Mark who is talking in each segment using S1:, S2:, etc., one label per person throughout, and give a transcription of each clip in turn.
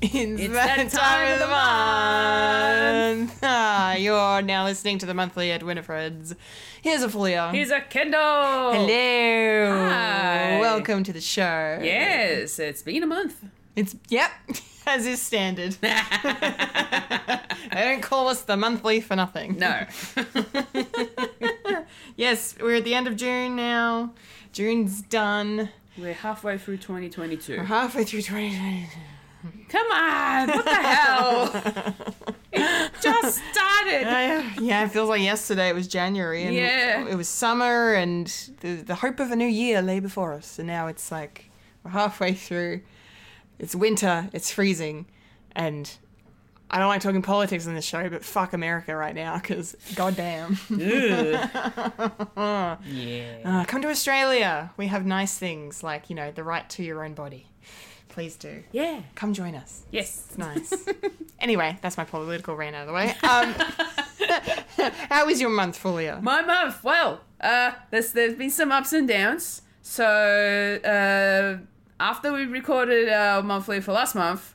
S1: means
S2: It's
S1: that,
S2: that
S1: time, of the month. Ah, you're now listening to the monthly at Winifred's. Here's a folio.
S2: Here's a Kindle.
S1: Hello.
S2: Hi.
S1: Welcome to the show.
S2: Yes, it's been a month.
S1: It's yep, as is standard. they don't call us the monthly for nothing.
S2: No.
S1: Yes, we're at the end of June now. June's done.
S2: We're halfway through 2022.
S1: We're halfway through 2020.
S2: Come on, what the hell? it just started.
S1: I- Oh, yeah, it feels like yesterday it was January and
S2: Yeah.
S1: it was summer and the, the hope of a new year lay before us. And now it's like we're halfway through. It's winter, it's freezing, and I don't like talking politics on this show, but fuck America right now because goddamn.
S2: yeah.
S1: Uh, come to Australia. We have nice things like, you know, the right to your own body. Please do.
S2: Yeah.
S1: Come join us.
S2: Yes.
S1: It's nice. anyway, that's my political rant out of the way. Um, how was your month, Fulia?
S2: My month. Well, uh, there's there's been some ups and downs. So uh, after we recorded our monthly for last month,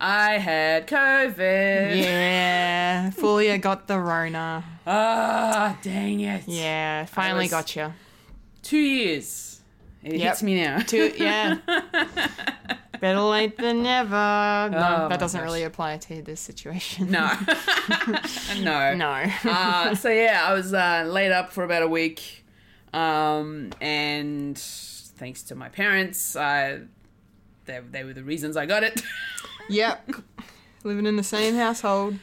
S2: I had COVID.
S1: Yeah, Fulia got the Rona.
S2: Ah, dang it.
S1: Yeah, finally
S2: was-
S1: got you.
S2: Two years. It
S1: Yep.
S2: hits me now.
S1: Two, yeah. Better late than never. No,
S2: Oh my
S1: that doesn't
S2: gosh.
S1: really apply to this situation.
S2: No. no.
S1: no.
S2: uh, so yeah, I was uh, laid up for about a week, um, and thanks to my parents, I they, they were the reasons I got it.
S1: yep. Living in the same household,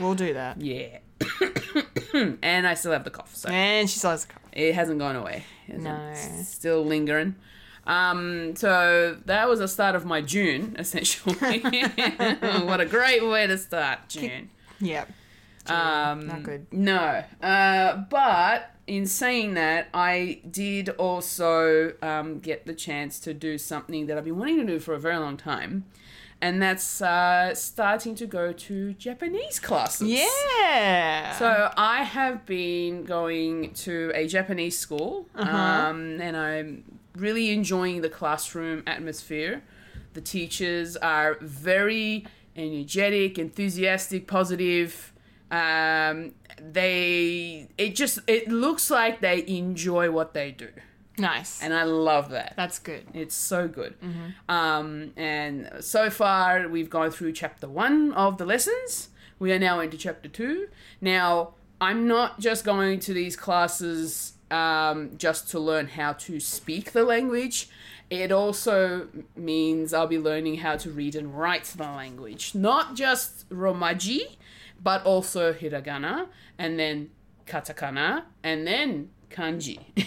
S1: we'll do that.
S2: yeah, and I still have the cough, so
S1: And she still has a cough.
S2: it hasn't gone away. It's
S1: No.
S2: still lingering. Um, so that was the start of my June, essentially. what a great way to start June.
S1: Yep.
S2: Um,
S1: Not good.
S2: No. Uh, but in saying that, I did also um, get the chance to do something that I've been wanting to do for a very long time. And that's uh, starting to go to Japanese classes.
S1: Yeah.
S2: So I have been going to a Japanese school, um, and I'm really enjoying the classroom atmosphere. The teachers are very energetic, enthusiastic, positive. Um, they it just it looks like they enjoy what they do,
S1: nice.
S2: and I love that.
S1: That's good.
S2: It's so good. Um, and so far, we've gone through chapter one of the lessons. We are now into chapter two. Now, I'm not just going to these classes um, just to learn how to speak the language. It also means I'll be learning how to read and write the language, not just Romaji, but also hiragana, and then katakana, and then kanji.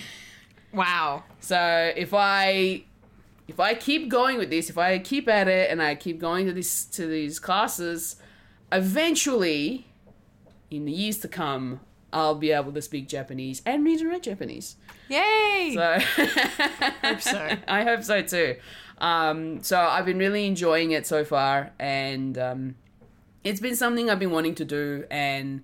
S1: Wow.
S2: So if I if I keep going with this, if I keep at it and I keep going to this to these classes, eventually in the years to come, I'll be able to speak Japanese and read and write Japanese.
S1: Yay.
S2: So
S1: so.
S2: I hope so too. Um, so I've been really enjoying it so far, and um, it's been something I've been wanting to do, and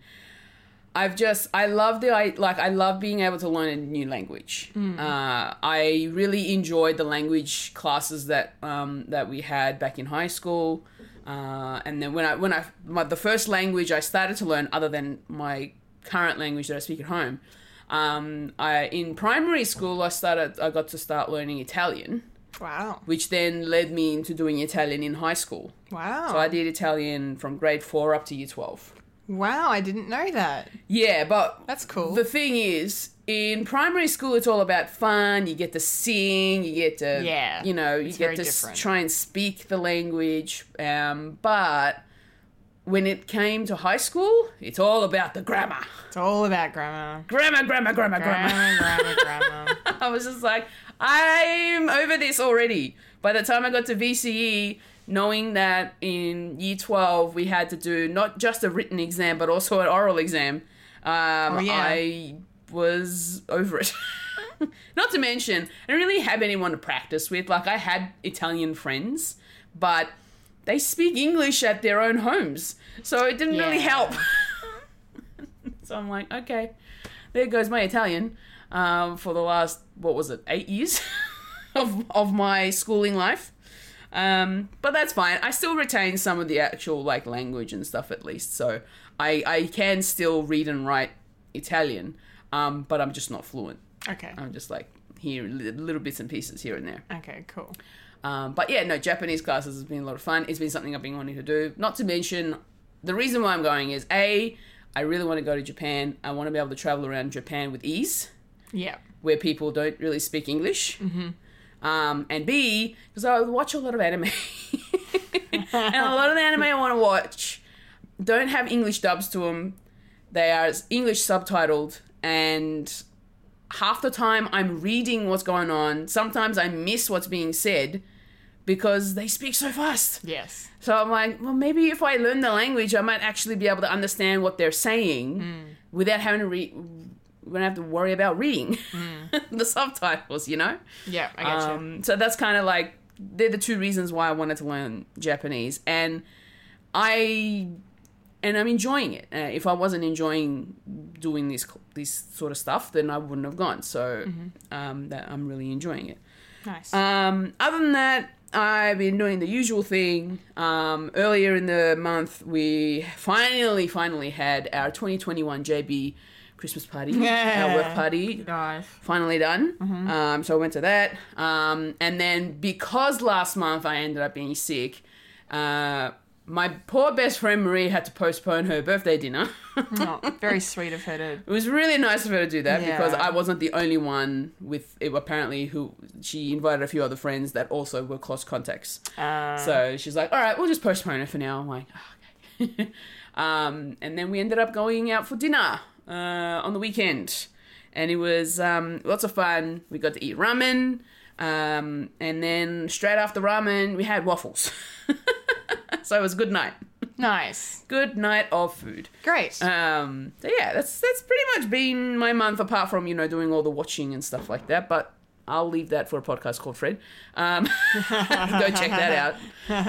S2: I've just I love the I like I love being able to learn a new language. Uh, I really enjoyed the language classes that um, that we had back in high school, uh, and then when I when I my, the first language I started to learn other than my current language that I speak at home. Um, I in primary school I started I got to start learning Italian,
S1: wow.
S2: which then led me into doing Italian in high school.
S1: Wow.
S2: So I did Italian from grade four up to year twelve.
S1: wow. I didn't know that.
S2: Yeah, but
S1: That's cool.
S2: the thing is, in primary school, it's all about fun. You get to sing, you get to,
S1: Yeah,
S2: you know, you
S1: very
S2: get to s-
S1: different.
S2: try and speak the language. Um, but when it came to high school, it's all about the grammar.
S1: it's all about grammar.
S2: Grammar, grammar, grammar, grammar.
S1: Grammar, grammar, grammar.
S2: I was just like, I'm over this already. By the time I got to VCE, knowing that in year 12 we had to do not just a written exam but also an oral exam, um,
S1: Oh, yeah.
S2: I was over it. not to mention, I didn't really have anyone to practice with. Like, I had Italian friends, but they speak English at their own homes. So it didn't really
S1: Yeah.
S2: help. so I'm like, okay, there goes my Italian um, for the last, what was it, eight years of, of my schooling life. Um, but that's fine. I still retain some of the actual like language and stuff at least, so I I can still read and write Italian, um, but I'm just not fluent.
S1: Okay.
S2: I'm just like here li- little bits and pieces here and there.
S1: Okay, cool.
S2: Um, but yeah, no, Japanese classes has been a lot of fun. It's been something I've been wanting to do. Not to mention, the reason why I'm going is A, I really want to go to Japan. I want to be able to travel around Japan with ease,
S1: Yeah.
S2: where people don't really speak English. Um, and B, because I watch a lot of anime. and a lot of the anime I want to watch don't have English dubs to them, they are English subtitled. And half the time I'm reading what's going on. Sometimes I miss what's being said because they speak so fast.
S1: Yes.
S2: So I'm like, well, maybe if I learn the language, I might actually be able to understand what they're saying without having to read. We don't have to worry about reading the subtitles, you know.
S1: Yeah, I get you.
S2: Um, so that's kind of like they're the two reasons why I wanted to learn Japanese, and I and I'm enjoying it. Uh, if I wasn't enjoying doing this this sort of stuff, then I wouldn't have gone. So um, that I'm really enjoying it.
S1: Nice.
S2: Um, other than that, I've been doing the usual thing. Um, earlier in the month, we finally, finally had our 2021 JB Christmas party,
S1: Yeah.
S2: our work party
S1: nice.
S2: finally done. Um, so I went to that. Um, and then because last month I ended up being sick, uh, my poor best friend Marie had to postpone her birthday dinner.
S1: No, very sweet of her to.
S2: It was really nice of her to do that
S1: Yeah.
S2: because I wasn't the only one with it, apparently who she invited a few other friends that also were close contacts.
S1: Uh,
S2: So she's like, "All right, we'll just postpone it for now." I'm like, oh, "Okay." um, and then we ended up going out for dinner uh, on the weekend, and it was um, lots of fun. We got to eat ramen, um, and then straight after ramen, we had waffles. so it was a good night.
S1: nice.
S2: Good night of food.
S1: Great.
S2: Um, so yeah, that's that's pretty much been my month, apart from you know doing all the watching and stuff like that. But I'll leave that for a podcast called Fred. Um, go check that out.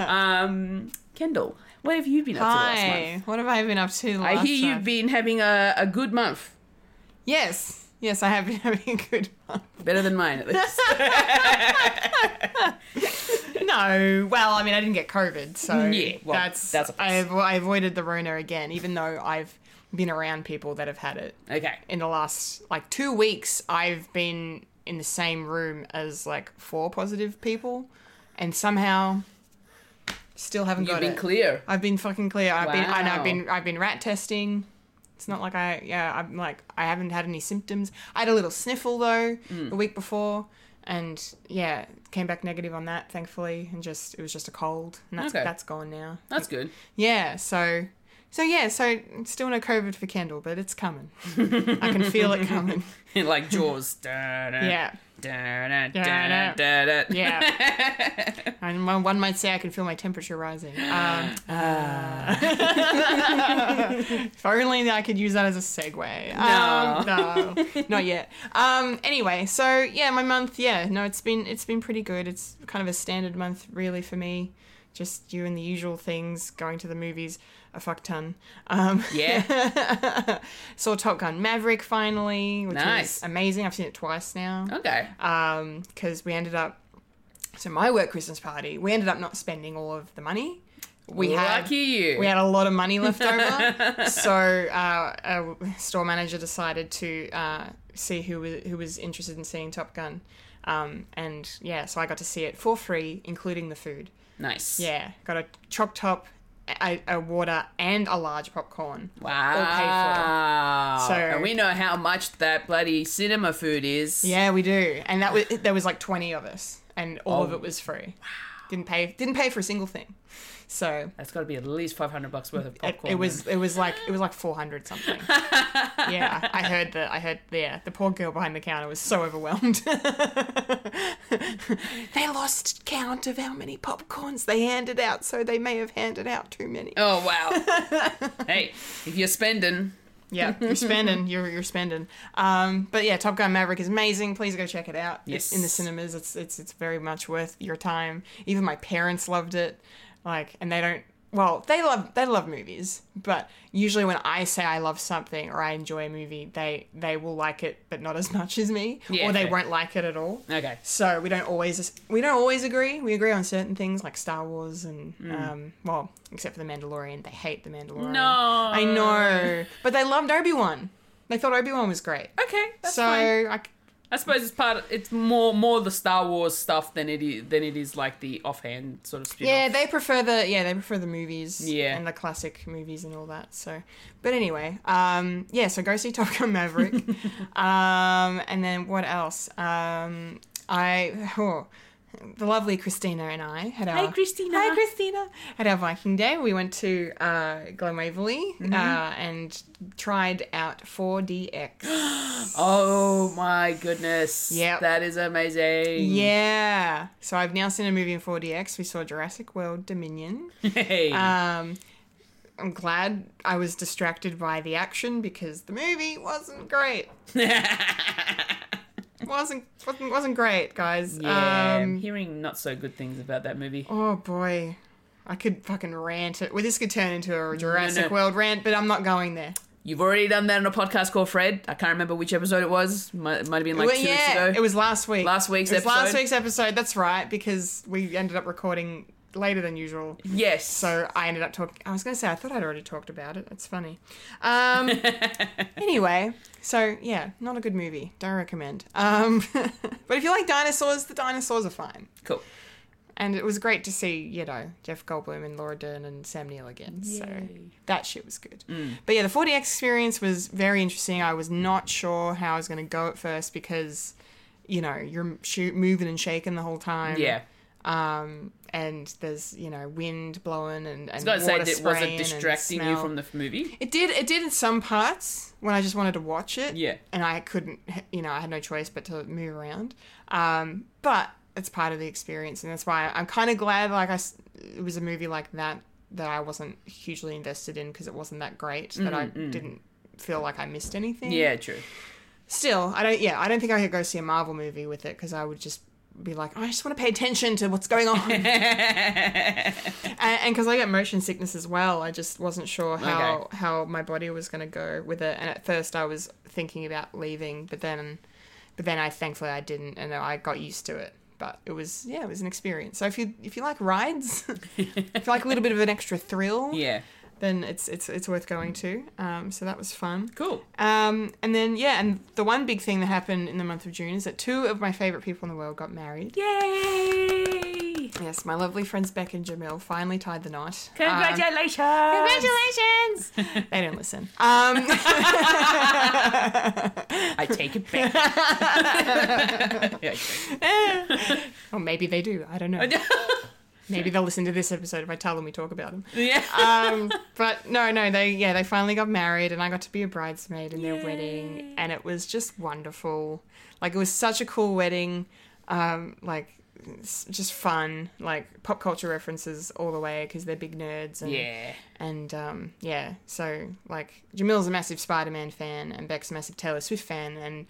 S2: Um, Kendall, what have you been up to last month?
S1: Hi. What have I been up to? The
S2: I
S1: last
S2: hear you've
S1: time?
S2: been having a, a good month,
S1: Yes. Yes, I have been having a good month.
S2: better than mine at least.
S1: No, well, I mean, I didn't get COVID, so
S2: Mm, Yeah, well,
S1: that's
S2: that's a
S1: that's
S2: plus.
S1: I, avo- I avoided the Rona again, even though I've been around people that have had it
S2: okay,
S1: in the last like two weeks. I've been in the same room as like four positive people, and somehow still haven't
S2: you've
S1: got
S2: been
S1: it.
S2: clear.
S1: I've been fucking clear. I've been and
S2: Wow.
S1: I've been I've been rat testing. It's not like I yeah, I'm like I haven't had any symptoms. I had a little sniffle though
S2: Mm.
S1: the week before and yeah, came back negative on that thankfully and just it was just a cold and that's
S2: Okay.
S1: that's gone now.
S2: That's good.
S1: Yeah, so so yeah, so still no COVID for Kendall, but it's coming. I can feel it coming.
S2: like Jaws. yeah.
S1: Yeah. Yeah. and one, one might say I can feel my temperature rising. Um,
S2: Ah.
S1: if only I could use that as a segue. Um, no, not yet. Um, anyway, so yeah, my month. Yeah, no, it's been it's been pretty good. It's kind of a standard month really for me. Just doing the usual things, going to the movies a fuck ton. Um,
S2: Yeah.
S1: saw Top Gun Maverick finally, which
S2: Nice. Oh.
S1: is amazing. I've seen it twice now
S2: Okay.
S1: Uh, because we ended up so my work christmas party we ended up not spending all of the money we had
S2: Lucky you.
S1: we had a lot of money left over so uh, our store manager decided to uh, see who was, who was interested in seeing top gun um, and yeah so i got to see it for free including the food
S2: nice.
S1: yeah got a choc top a, a water and a large popcorn
S2: Wow.
S1: So-
S2: and we know how much that bloody cinema food is.
S1: Yeah, we do. And that was there was like twenty of us, and all of it was free. Didn't pay. Didn't pay for a single thing. So
S2: That's got to be at least 500 bucks worth of
S1: it,
S2: popcorn.
S1: it was it was like it was like four hundred something. yeah, I heard the I heard yeah the poor girl behind the counter was so overwhelmed. they lost count of how many popcorns they handed out, so they may have handed out too many.
S2: then. Oh, wow. hey, if you're spending,
S1: Yeah, you're spending. You're you're spending. Um, but yeah, Top Gun Maverick is amazing. Please go check it out. It's in the
S2: Yes.
S1: cinemas. It's it's it's very much worth your time. Even my parents loved it. Like, and they don't well, they love they love movies, but usually when I say I love something or I enjoy a movie, they they will like it, but not as much as me,
S2: Yeah,
S1: or they
S2: fair.
S1: won't like it at all.
S2: Okay.
S1: So we don't always we don't always agree. We agree on certain things like Star Wars and um, well, except for the Mandalorian, they hate the Mandalorian.
S2: Hmm. No.
S1: I know, but they loved Obi Wan. They thought Obi Wan was great.
S2: Okay, that's
S1: so
S2: fine.
S1: I c-
S2: I suppose it's part. Of, it's more more the Star Wars stuff than it is than it is like the offhand sort of spin.
S1: yeah, they prefer the yeah they prefer the movies
S2: Yeah.
S1: and the classic movies and all that. So, but anyway, um, yeah. So go see Top Gun Maverick, um, and then what else? Um, I oh, the lovely Christina and I had our
S2: Hey, Christina.
S1: Hi Christina had our Viking day. We went to uh, Glenwaverley
S2: Mm-hmm.
S1: uh, and tried out 4DX.
S2: Oh my goodness.
S1: Yep.
S2: That is amazing.
S1: yeah, so I've now seen a movie in 4DX. We saw Jurassic World Dominion.
S2: Hey.
S1: Um, I'm glad I was distracted by the action because the movie wasn't great. wasn't wasn't, wasn't great, guys.
S2: yeah. I'm
S1: Um,
S2: hearing not so good things about that movie.
S1: oh boy, I could fucking rant it. Well, this could turn into a Jurassic
S2: no.
S1: World rant, but I'm not going there.
S2: You've already done that on a podcast called Fred. I can't remember which episode it was. Might, might have been like
S1: Well,
S2: two weeks
S1: yeah,
S2: ago.
S1: it was last week.
S2: Last week's
S1: it was Last
S2: episode.
S1: week's episode. That's right, because we ended up recording later than usual.
S2: yes.
S1: So I ended up talking. I was going to say I thought I'd already talked about it. It's funny. Um, anyway, so yeah, not a good movie. Don't recommend. Um, but if you like dinosaurs, the dinosaurs are fine.
S2: cool.
S1: And it was great to see, you know, Jeff Goldblum and Laura Dern and Sam Neill again. So that shit was good. But yeah, the 4DX experience was very interesting. I was not sure how I was going to go at first because, you know, you're shoo- moving and shaking the whole time
S2: Yeah.
S1: um, and there's you know wind blowing and, and
S2: I was
S1: water
S2: gonna say, that was
S1: spraying and
S2: it distracting you
S1: smell.
S2: from the f- movie?
S1: It did. It did in some parts when I just wanted to watch it.
S2: Yeah.
S1: and I couldn't. You know, I had no choice but to move around. Um, but it's part of the experience, and that's why I'm kind of glad. Like I, s- it was a movie like that that I wasn't hugely invested in because it wasn't that great. That I didn't feel like I missed anything.
S2: Mm, Yeah, true.
S1: Still, I don't. Yeah, I don't think I could go see a Marvel movie with it because I would just be like, I just want to pay attention to what's going on. and because I get motion sickness as well, I just wasn't sure how
S2: Okay.
S1: how my body was going to go with it. And at first, I was thinking about leaving, but then, but then I thankfully I didn't, and I got used to it. But it was yeah, it was an experience. So if you if you like rides, if you like a little bit of an extra thrill,
S2: yeah.
S1: then it's it's it's worth going to. Um, so that was fun.
S2: Cool.
S1: Um, and then yeah, and the one big thing that happened in the month of June is that two of my favorite people in the world got married.
S2: Yay!
S1: Yes, my lovely friends Beck and Jamil finally tied the knot. Um,
S2: Congratulations!
S1: Congratulations! they don't listen. Um,
S2: I take it back. Yeah,
S1: or maybe they do. I don't know.
S2: okay.
S1: Maybe they'll listen to this episode if I tell them we talk about them.
S2: yeah.
S1: Um, but no, no, they yeah, they finally got married, and I got to be a bridesmaid in their wedding, and it was just wonderful. Like it was such a cool wedding, um, like s- just fun, like pop culture references all the way because they're big nerds. And,
S2: yeah.
S1: and um, yeah, so like Jamil's a massive Spider-Man fan, and Beck's a massive Taylor Swift fan, and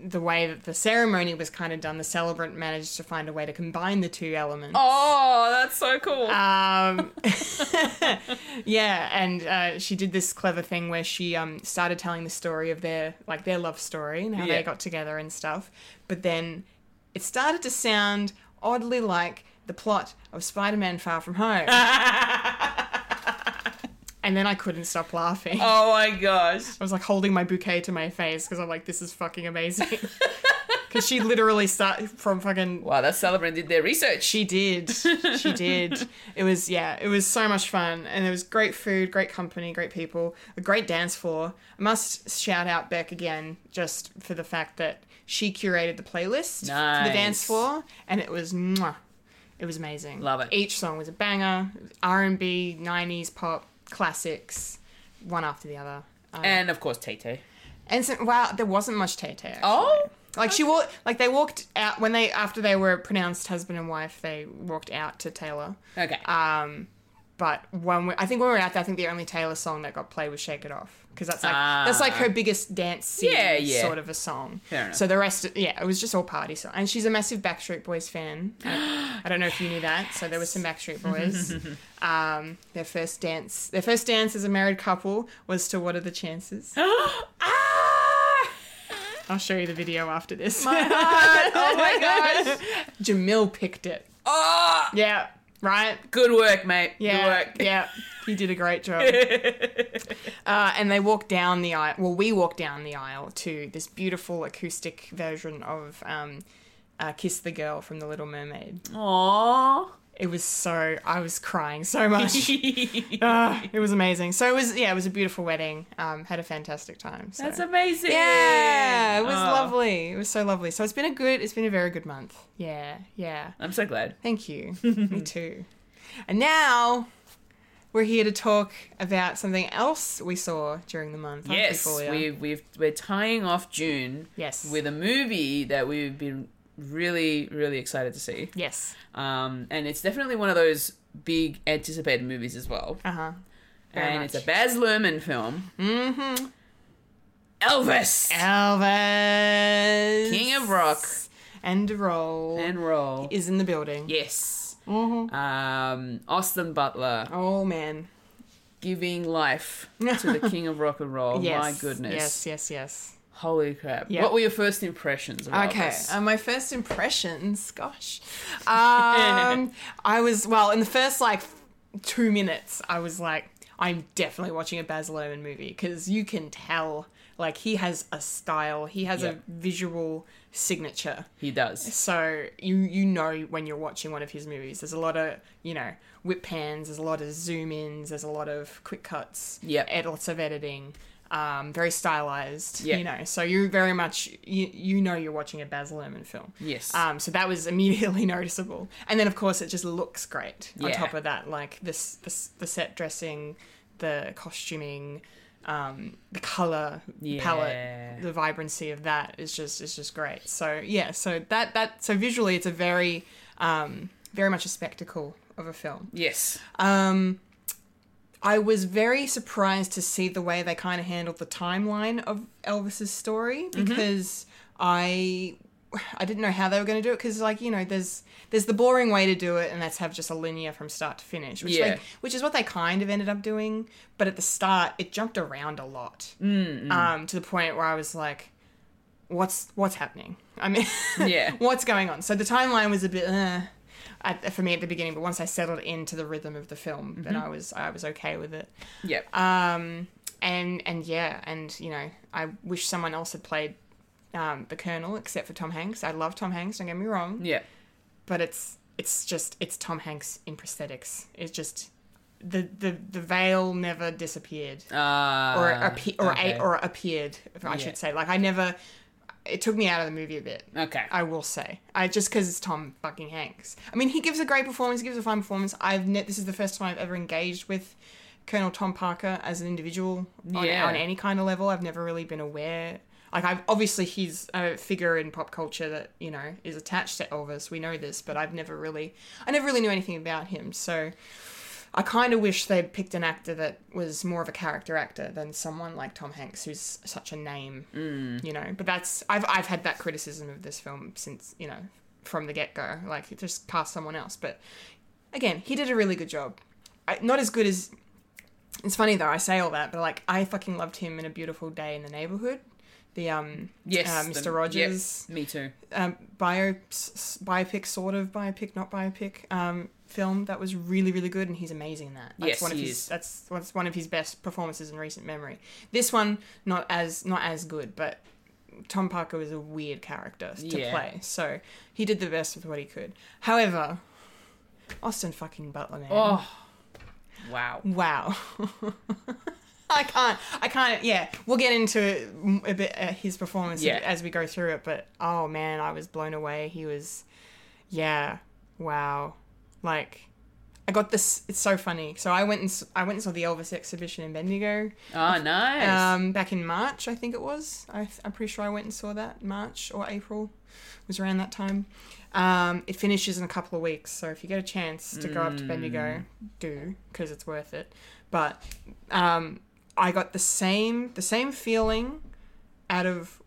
S1: the way that the ceremony was kind of done, the celebrant managed to find a way to combine the two elements.
S2: Oh, that's so cool.
S1: Um, yeah, and uh, she did this clever thing where she um, started telling the story of their like their love story and how
S2: Yeah.
S1: they got together and stuff. But then it started to sound oddly like the plot of Spider-Man: Far From Home. and then I couldn't stop laughing.
S2: oh my gosh.
S1: I was like holding my bouquet to my face because I'm like, this is fucking amazing. Because she literally started from fucking
S2: Wow, that celebrant did their research.
S1: she did. She did. It was yeah, it was so much fun and there was great food, great company, great people, a great dance floor. I must shout out Beck again just for the fact that she curated the playlist for the dance
S2: Nice.
S1: floor and it was mwah, it was amazing.
S2: Love it.
S1: Each song was a banger, R&B, 90s pop, classics, one after the other. Uh,
S2: and of course, Tay
S1: and so, wow, there wasn't much Tay Tay. actually.
S2: Oh?
S1: Like she walked, like they walked out when they after they were pronounced husband and wife. They walked out to Taylor,
S2: Okay.
S1: um, But when we, I think when we were out there, I think the only Taylor song that got played was "Shake It Off" because that's like that's like
S2: Ah.
S1: her biggest dance
S2: Yeah, yeah.
S1: sort of a song.
S2: Fair enough.
S1: So the rest, yeah, it was just all party song. And she's a massive Backstreet Boys fan. I don't know if you knew that. So there was some Backstreet Boys. um, their first dance, their first dance as a married couple was to "What Are the Chances."
S2: ah!
S1: I'll show you the video after this.
S2: Oh my gosh.
S1: Jamil picked it.
S2: Oh,
S1: Yeah. Right.
S2: good work, mate.
S1: Yeah,
S2: Good work.
S1: yeah, he did a great job. uh, and they walked down the aisle. Well, we walked down the aisle to this beautiful acoustic version of um, uh, "Kiss the Girl" from The Little Mermaid.
S2: Aww.
S1: It was so I was crying so much. Ah, it was amazing. So it was yeah, it was a beautiful wedding. Um, had a fantastic time. So.
S2: That's amazing.
S1: yeah, it was
S2: Oh,
S1: lovely. It was so lovely. So it's been a good, it's been a very good month. Yeah, yeah.
S2: I'm so glad.
S1: Thank you. Me too. And now we're here to talk about something else we saw during the month. aren't we,
S2: Yes,
S1: Fulia?
S2: we we've we're tying off June
S1: Yes.
S2: with a movie that we've been really really excited to see.
S1: yes.
S2: Um, and it's definitely one of those big anticipated movies as well.
S1: Uh huh. very
S2: and
S1: much.
S2: it's a Baz Luhrmann film.
S1: Mm-hmm.
S2: Elvis.
S1: Elvis,
S2: King of rock.
S1: and roll,
S2: and roll.
S1: is in the building.
S2: yes.
S1: Mhm.
S2: Um, Austin Butler
S1: Oh man.
S2: giving life to the king of rock and roll.
S1: Yes.
S2: Oh, My goodness.
S1: Yes. Yes. Yes.
S2: Holy crap.
S1: Yeah.
S2: What were your first impressions of
S1: Okay,
S2: Elvis?
S1: uh, my first impressions, gosh. Um, I was, well, in the first like two minutes, I was like, I'm definitely watching a Baz Luhrmann movie because you can tell, like, he has a style, he has
S2: Yeah.
S1: a visual signature.
S2: He does.
S1: So you you know when you're watching one of his movies. There's a lot of you know whip pans. There's a lot of zoom ins. There's a lot of quick cuts.
S2: Yep.
S1: Ed, lots of editing. Um, very stylized.
S2: Yep.
S1: You know. So you're very much you you know you're watching a Baz Luhrmann film.
S2: Yes.
S1: Um, so that was immediately noticeable, and then of course it just looks great. On
S2: Yeah.
S1: top of that, like this, this the set dressing, the costuming, um, the color
S2: Yeah.
S1: palette, the vibrancy of that is just is just great. So yeah, so that that so visually it's a very um, very much a spectacle of a film.
S2: yes.
S1: Um, I was very surprised to see the way they kind of handled the timeline of Elvis's story because I I didn't know how they were going to do it because like you know there's there's the boring way to do it and that's have just a linear from start to finish which
S2: Yeah.
S1: they, which is what they kind of ended up doing but at the start it jumped around a lot um, to the point where I was like what's what's happening I mean
S2: Yeah.
S1: what's going on so the timeline was a bit uh, at, for me at the beginning but once I settled into the rhythm of the film then
S2: Mm-hmm.
S1: I was I was okay with it
S2: Yep.
S1: um, and and yeah, and you know, I wish someone else had played um, the Colonel except for Tom Hanks. I love Tom Hanks. Don't get me wrong,
S2: yep.
S1: but it's it's just it's Tom Hanks in prosthetics. It's just the the the veil never disappeared
S2: Uh,
S1: or appe- or
S2: okay.
S1: a- or appeared, I
S2: Yeah.
S1: should say. Like I never. It took me out of the movie a bit.
S2: Okay.
S1: I will say, I just because it's Tom fucking Hanks. I mean, he gives a great performance, he gives a fine performance. I've ne- this is the first time I've ever engaged with Colonel Tom Parker as an individual on,
S2: Yeah.
S1: on any kind of level. I've never really been aware. Like, I've obviously he's a figure in pop culture that you know is attached to Elvis. We know this, but I've never really, I never really knew anything about him. So. I kind of wish they'd picked an actor that was more of a character actor than someone like Tom Hanks, who's such a name, you know. But that's I've I've had that criticism of this film since you know from the get go. Like just cast someone else. But again, he did a really good job. I, not as good as. It's funny though. I say all that, but like I fucking loved him in a beautiful day in the neighborhood. The um
S2: yes.
S1: uh,
S2: the-
S1: Mr.
S2: yep,
S1: Rogers
S2: me too.
S1: um, bio s- biopic, sort of biopic, not biopic um, film that was really really good, and he's amazing in that. That's
S2: Yes,
S1: one of
S2: he
S1: his,
S2: is.
S1: That's that's one of his best performances in recent memory. This one not as not as good, but Tom Parker was a weird character to
S2: Yeah.
S1: play, so he did the best with what he could. However, Austin fucking Butler, man,
S2: Oh. Wow.
S1: wow. I can't. I can't. Yeah, we'll get into m- a bit uh, his performance
S2: Yeah.
S1: as we go through it. But oh man, I was blown away. He was, yeah, wow. Like, I got this. It's so funny. So I went and s- I went and saw the Elvis exhibition in Bendigo.
S2: Oh, nice.
S1: Um, back in March, I think it was. I, I'm pretty sure I went and saw that March or April, It was around that time. Um, it finishes in a couple of weeks, so if you get a chance to go up to Bendigo, do because it's worth it. But um, I got the same the same feeling out of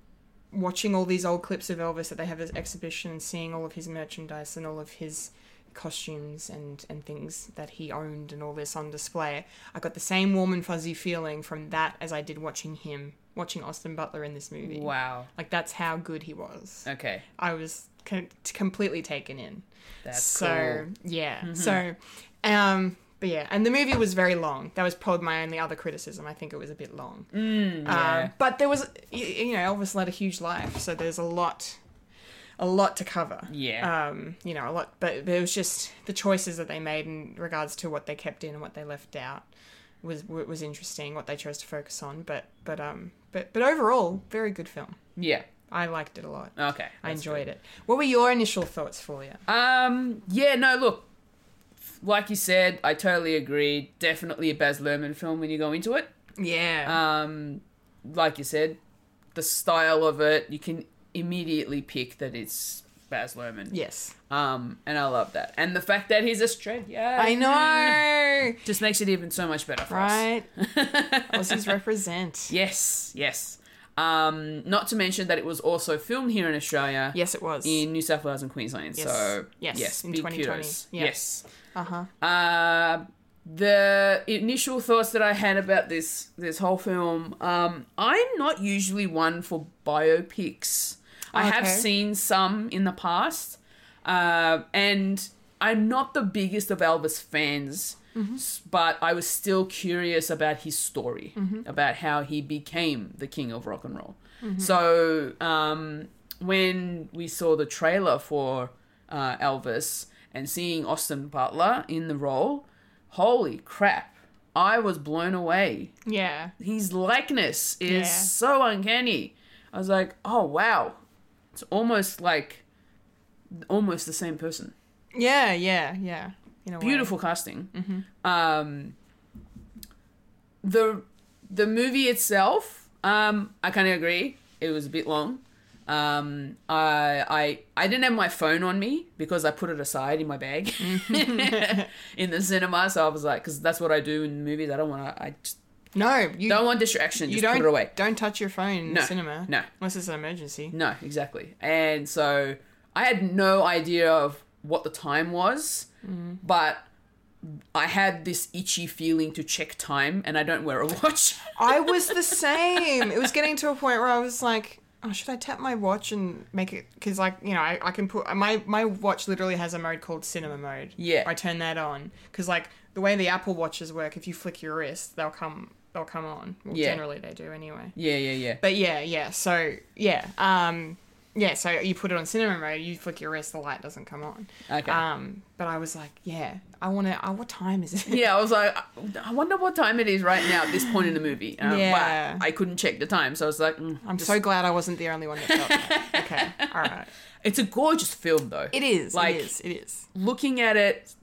S1: watching all these old clips of Elvis that they have as exhibition and seeing all of his merchandise and all of his costumes and and things that he owned and all this on display. I got the same warm and fuzzy feeling from that as I did watching him watching Austin Butler in this movie.
S2: wow.
S1: Like that's how good he was.
S2: Okay.
S1: I was com- completely taken in.
S2: That's
S1: so
S2: Mm-hmm.
S1: yeah. So um but yeah, and the movie was very long. That was probably my only other criticism. I think it was a bit long.
S2: Mm, yeah.
S1: Um, but there was, y- you know, Elvis led a huge life, so there's a lot, a lot to cover.
S2: Yeah.
S1: Um, you know, a lot, but but it was just the choices that they made in regards to what they kept in and what they left out was w- was interesting. What they chose to focus on, but but um, but but overall, very good film.
S2: yeah.
S1: I liked it a lot.
S2: Okay.
S1: I
S2: that's
S1: enjoyed it. What were your initial thoughts for you?
S2: Um. Yeah. No. Look, like you said, I totally agree. Definitely a Baz Luhrmann film when you go into it.
S1: Yeah.
S2: Um. Like you said, the style of it, you can immediately pick that it's Baz Luhrmann.
S1: yes.
S2: Um. And I love that. And the fact that he's Australian,
S1: I know.
S2: just makes it even so much better for
S1: Right.
S2: us.
S1: Aussies represent.
S2: yes. Yes. Um. Not to mention that it was also filmed here in Australia.
S1: Yes, it was.
S2: In New South Wales and Queensland,
S1: Yes.
S2: so
S1: Yes, in
S2: big
S1: 2020.
S2: kudos.
S1: Yeah.
S2: Yes,
S1: uh huh.
S2: uh, the initial thoughts that I had about this this whole film, um, I'm not usually one for biopics. I have
S1: Okay.
S2: seen some in the past, uh, and I'm not the biggest of Elvis fans, s- but I was still curious about his story, about how he became the king of rock and roll. So um, when we saw the trailer for uh, Elvis and seeing Austin Butler in the role, holy crap! I was blown away.
S1: Yeah.
S2: His likeness is
S1: Yeah.
S2: so uncanny. I was like, oh wow, it's almost like almost the same person.
S1: Yeah, yeah, yeah. In a way.
S2: Beautiful casting.
S1: Mm-hmm.
S2: Um, the the movie itself, um, I kind of agree. It was a bit long. Um, I I I didn't have my phone on me because I put it aside in my bag in the cinema. So I was like, because that's what I do in movies. I don't want to. I just
S1: No, you
S2: don't want distraction. Just
S1: you don't
S2: put it away.
S1: don't touch your phone in
S2: No,
S1: the cinema.
S2: no.
S1: unless it's an emergency.
S2: No, exactly. And so I had no idea of what the time was, but I had this itchy feeling to check time, and I don't wear a watch.
S1: I was the same. It was getting to a point where I was like, oh, should I tap my watch and make it? Because like you know, I, I can put my my watch literally has a mode called cinema mode.
S2: Yeah.
S1: I turn that on because like the way the Apple watches work, if you flick your wrist, they'll come they'll come on. Well,
S2: Yeah.
S1: generally they do anyway.
S2: yeah, yeah, yeah.
S1: But yeah, yeah. So yeah, um, yeah. So you put it on cinema mode. You flick your wrist, the light doesn't come on.
S2: Okay.
S1: Um, but I was like, yeah, I want to. Uh, what time is it?
S2: yeah, I was like, I- I wonder what time it is right now at this point in the movie. Um,
S1: Yeah.
S2: But I couldn't check the time, so I was like, mm,
S1: I'm
S2: just-
S1: so glad I wasn't the only one that felt that. Okay, all right.
S2: It's a gorgeous film, though.
S1: It is.
S2: Like-
S1: it is. It is.
S2: looking at it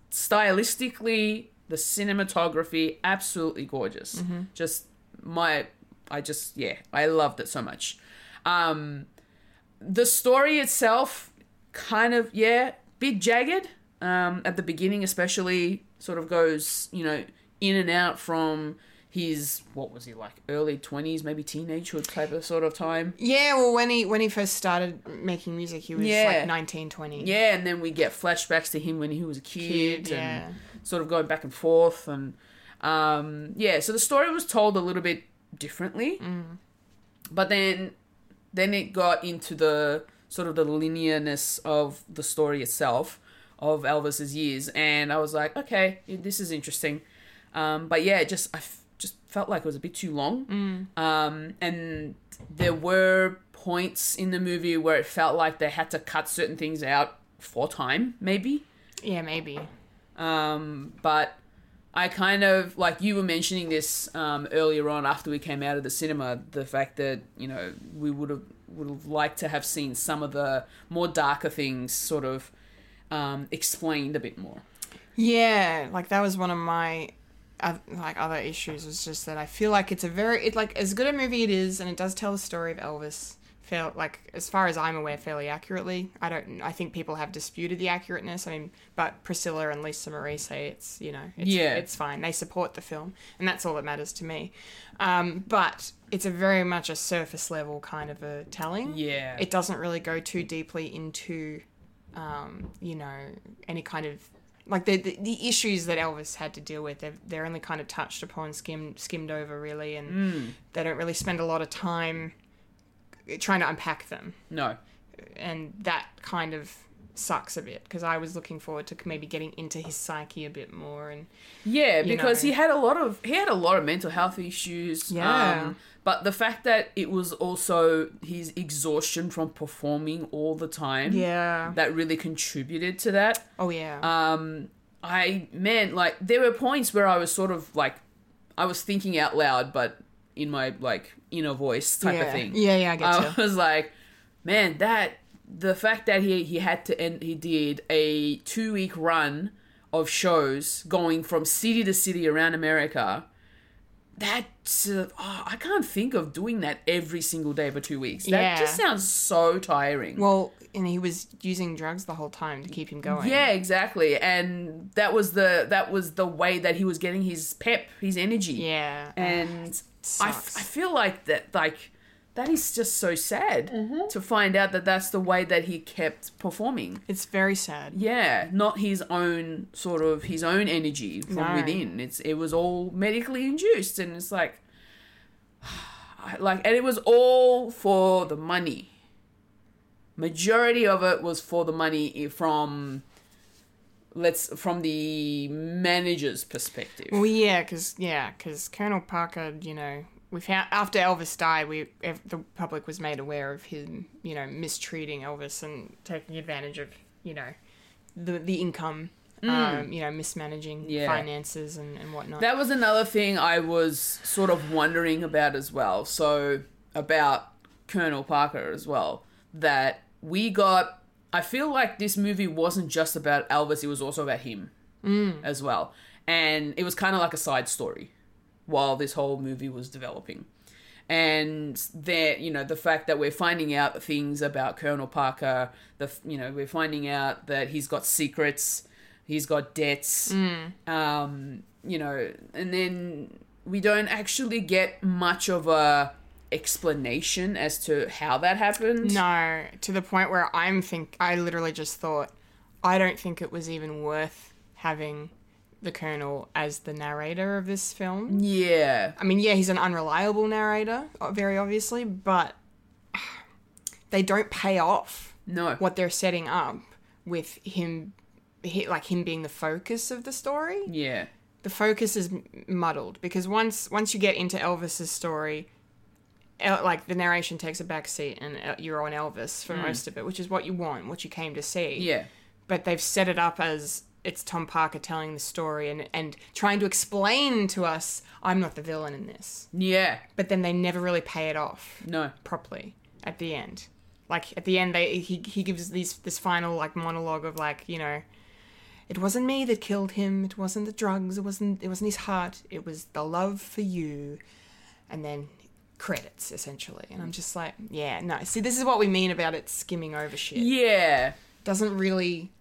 S2: stylistically, the cinematography, absolutely gorgeous.
S1: Mm-hmm.
S2: Just my, I just yeah, I loved it so much. Um, the story itself, kind of yeah, bit jagged um, at the beginning, especially. Sort of goes you know in and out from his what was he like early twenties, maybe teenagehood type of sort of time.
S1: Yeah. Well, when he when he first started making music, he was
S2: Yeah.
S1: like 19, 20.
S2: Yeah, and then we get flashbacks to him when he was a kid,
S1: Kid,
S2: and sort of going back and forth, and um, yeah. So the story was told a little bit differently, but then then it got into the sort of the linearness of the story itself of Elvis's years, and I was like, okay, this is interesting, um, but yeah, it just I f- just felt like it was a bit too long, um, and there were points in the movie where it felt like they had to cut certain things out for time, maybe.
S1: Yeah. Maybe.
S2: Um, but I kind of like you were mentioning this um, earlier on after we came out of the cinema. The fact that you know we would have would have liked to have seen some of the more darker things sort of um, explained a bit more.
S1: Yeah, like that was one of my uh, like other issues was just that I feel like it's a very it like as good a movie it is and it does tell the story of Elvis fail like as far as I'm aware fairly accurately. I don't I think people have disputed the accurateness. I mean, but Priscilla and Lisa Marie say it's, you know, it's
S2: Yeah.
S1: it's fine. They support the film and that's all that matters to me. Um, but it's a very much a surface level kind of a telling
S2: Yeah.
S1: it doesn't really go too deeply into um, you know any kind of like the, the the issues that Elvis had to deal with they're, they're only kind of touched upon skimmed skimmed over really and
S2: Mm.
S1: they don't really spend a lot of time trying to unpack them
S2: no.
S1: and that kind of sucks a bit because I was looking forward to maybe getting into his psyche a bit more and
S2: Yeah,
S1: you
S2: because
S1: know.
S2: he had a lot of he had a lot of mental health issues. um,
S1: Yeah.
S2: but the fact that it was also his exhaustion from performing all the time.
S1: yeah
S2: That really contributed to that.
S1: oh yeah
S2: um i man like there were points where i was sort of like i was thinking out loud but in my like inner voice type
S1: yeah.
S2: of thing Oh.
S1: yeah yeah I get you
S2: i was like man that the fact that he he had to end he did a two week run of shows going from city to city around america that's uh, oh, i can't think of doing that every single day for two weeks that
S1: Yeah.
S2: just sounds so tiring
S1: well and he was using drugs the whole time to keep him going
S2: yeah, exactly. And that was the that was the way that he was getting his pep, his energy.
S1: yeah
S2: And I, f-
S1: sucks.
S2: I feel like that like that is just so sad
S1: Mm-hmm.
S2: to find out that that's the way that he kept performing.
S1: It's very sad.
S2: Yeah, not his own sort of his own energy from
S1: No.
S2: within. It's it was all medically induced and it's like I- like and it was all for the money. Majority of it was for the money i- from let's from the manager's perspective.
S1: Well, yeah, because yeah, 'cause Colonel Parker, you know, we found after Elvis died, we ev- the public was made aware of him, you know, mistreating Elvis and taking advantage of, you know, the the income, um, you know, mismanaging
S2: Mm. Yeah.
S1: finances and and whatnot.
S2: That was another thing I was sort of wondering about as well. So about Colonel Parker as well. That we got. I feel like this movie wasn't just about Elvis; it was also about him as well, and it was kind of like a side story while this whole movie was developing. And there, you know, the fact that we're finding out things about Colonel Parker, the f- you know, we're finding out that he's got secrets, he's got debts,
S1: Mm.
S2: um, you know, and then we don't actually get much of a explanation as to how that happened.
S1: no, to the point where I'm think I literally just thought, I don't think it was even worth having the Colonel as the narrator of this film.
S2: Yeah.
S1: I mean, yeah, he's an unreliable narrator, uh, very obviously, but they don't pay off
S2: No.
S1: what they're setting up with him, he, like him being the focus of the story.
S2: Yeah.
S1: The focus is m- muddled because once once you get into Elvis's story, El- like the narration takes a backseat and uh, you're on Elvis for most of it, which is what you want, what you came to see
S2: Hmm. Yeah.
S1: but they've set it up as it's Tom Parker telling the story and and trying to explain to us I'm not the villain in this.
S2: Yeah.
S1: But then they never really pay it off
S2: No.
S1: properly at the end. Like at the end they he he gives these this final like monologue of like, you know, it wasn't me that killed him, it wasn't the drugs, it wasn't it wasn't his heart, it was the love for you. And then credits essentially. And I'm just like, yeah, no. See, this is what we mean about it skimming over shit
S2: Yeah.
S1: doesn't really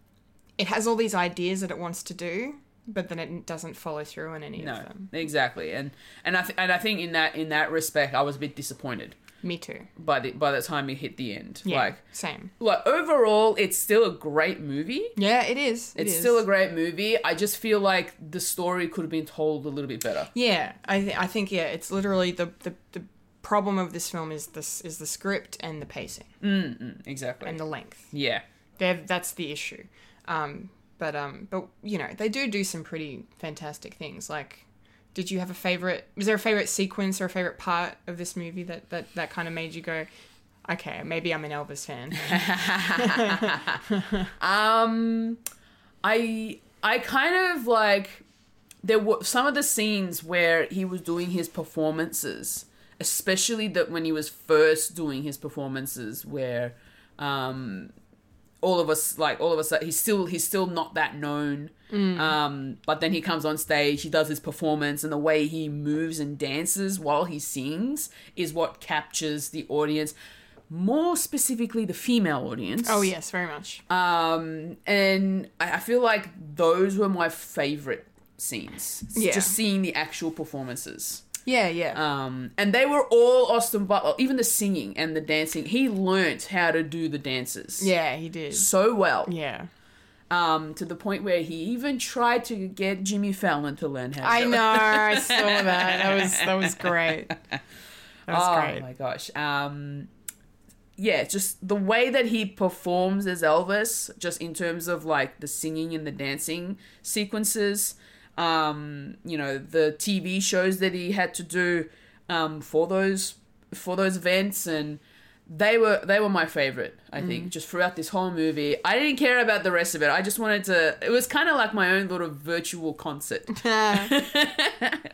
S1: it has all these ideas that it wants to do but then it doesn't follow through on any
S2: No,
S1: of them
S2: exactly, and and I th- and I think in that in that respect, I was a bit disappointed
S1: me too
S2: by the by the time it hit the end.
S1: yeah
S2: Like,
S1: same
S2: like overall, it's still a great movie.
S1: yeah it is
S2: It's still a great movie. I just feel like the story could have been told a little bit better.
S1: yeah i th- i think yeah it's literally the, the the problem of this film is this is the script and the pacing
S2: Exactly.
S1: and the length
S2: yeah.
S1: They're, that's the issue um but um but you know they do do some pretty fantastic things like did you have a favorite was there a favorite sequence or a favorite part of this movie that that, that kind of made you go okay maybe i'm an elvis fan
S2: Um, I I kind of like there were some of the scenes where he was doing his performances, especially that when he was first doing his performances, where um, all of us like all of us he's still he's still not that known um, but then he comes on stage he does his performance and the way he moves and dances while he sings is what captures the audience more specifically the female audience
S1: Oh yes, very much.
S2: um, and I I feel like those were my favorite scenes
S1: Yeah.
S2: just seeing the actual performances
S1: yeah, yeah.
S2: um, and they were all Austin Butler, even the singing and the dancing. He learnt how to do the dances
S1: yeah, he did.
S2: so well,
S1: Yeah.
S2: um, to the point where he even tried to get Jimmy Fallon to learn how. To
S1: I
S2: do it.
S1: know, I saw that. That was that was great. That was
S2: oh
S1: great.
S2: my gosh. Um, yeah, just the way that he performs as Elvis, just in terms of like the singing and the dancing sequences, um, you know, the TV shows that he had to do um, for those for those events and they were they were my favorite i think just throughout this whole movie i didn't care about the rest of it i just wanted to it was kind of like my own little virtual concert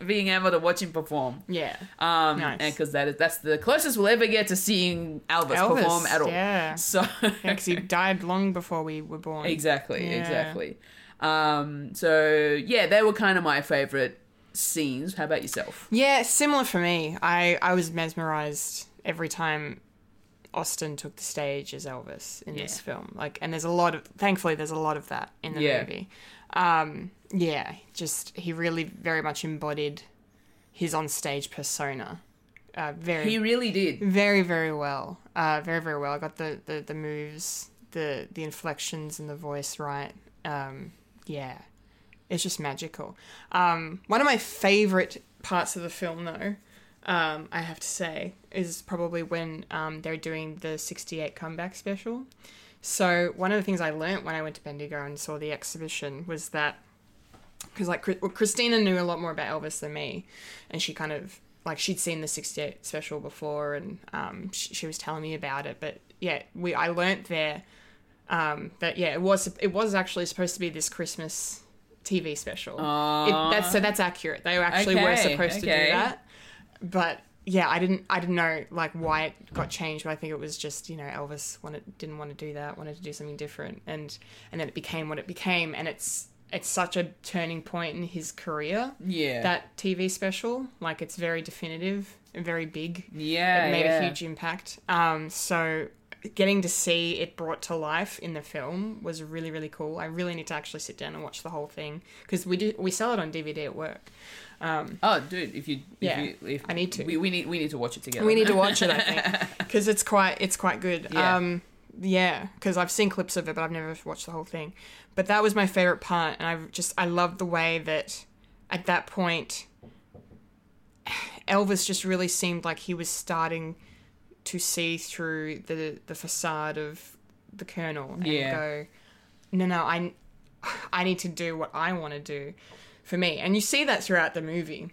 S2: being able to watch him perform
S1: yeah.
S2: um,
S1: Nice.
S2: and because that is that's the closest we'll ever get to seeing Elvis,
S1: Elvis,
S2: perform at all.
S1: yeah.
S2: So
S1: Because he died long before we were born.
S2: exactly,
S1: Yeah.
S2: exactly. Um, so yeah, they were kind of my favorite scenes. How about yourself?
S1: Yeah, similar for me. I, I was mesmerized every time Austin took the stage as Elvis in this
S2: Yeah.
S1: film. Like, and there's a lot of thankfully there's a lot of that in the
S2: Yeah.
S1: movie. Um, yeah, just he really very much embodied his onstage persona. Uh, very
S2: He really did.
S1: very very well uh very very well i got the the, the moves the the inflections and the voice right um yeah it's just magical um one of my favorite parts of the film though um i have to say is probably when um they're doing the 68 comeback special so one of the things i learnt when i went to bendigo and saw the exhibition was that because like Chris- well, Christina knew a lot more about Elvis than me, and she kind of like she'd seen the '68 special before, and um, she, she was telling me about it. But yeah, we I learnt there um, that yeah, it was it was actually supposed to be this Christmas TV special. It, that's so that's accurate. They actually were
S2: Okay,
S1: supposed to do
S2: okay.
S1: that, but yeah, I didn't I didn't know like why it got changed. But I think it was just you know Elvis wanted didn't want to do that, wanted to do something different, and and then it became what it became, and it's it's such a turning point in his career.
S2: Yeah.
S1: That TV special, like it's very definitive and very big
S2: yeah.
S1: it made
S2: yeah.
S1: a huge impact. Um, so getting to see it brought to life in the film was really really cool. I really need to actually sit down and watch the whole thing because we do we sell it on DVD at work.
S2: Oh, dude! If you, if
S1: Yeah,
S2: you, if
S1: I need to.
S2: we, we need, we need to watch it together.
S1: We need to watch it, I think, because it's quite it's quite good.
S2: Yeah.
S1: Um, yeah, because I've seen clips of it, but I've never watched the whole thing. But that was my favorite part, and I just I loved the way that at that point Elvis just really seemed like he was starting to see through the the facade of the Colonel and
S2: Yeah.
S1: go, no, no, I I need to do what I want to do for me, and you see that throughout the movie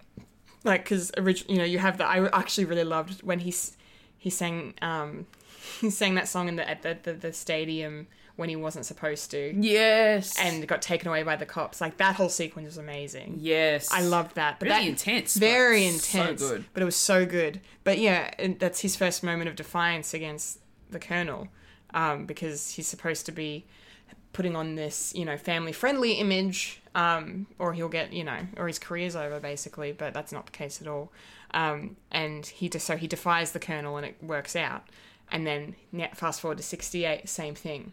S1: like because originally you know you have that i actually really loved when he s- he sang um he sang that song in the at the, the, the stadium when he wasn't supposed to
S2: Yes.
S1: and got taken away by the cops like that whole sequence was amazing
S2: yes,
S1: i loved that but
S2: Really
S1: that
S2: intense. but
S1: very
S2: so
S1: intense
S2: good.
S1: but it was so good but yeah and that's his first moment of defiance against the colonel um, because he's supposed to be putting on this you know family friendly image um, or he'll get you know or his career's over basically but that's not the case at all um, and he just so he defies the colonel and it works out and then now- fast forward to 68 same thing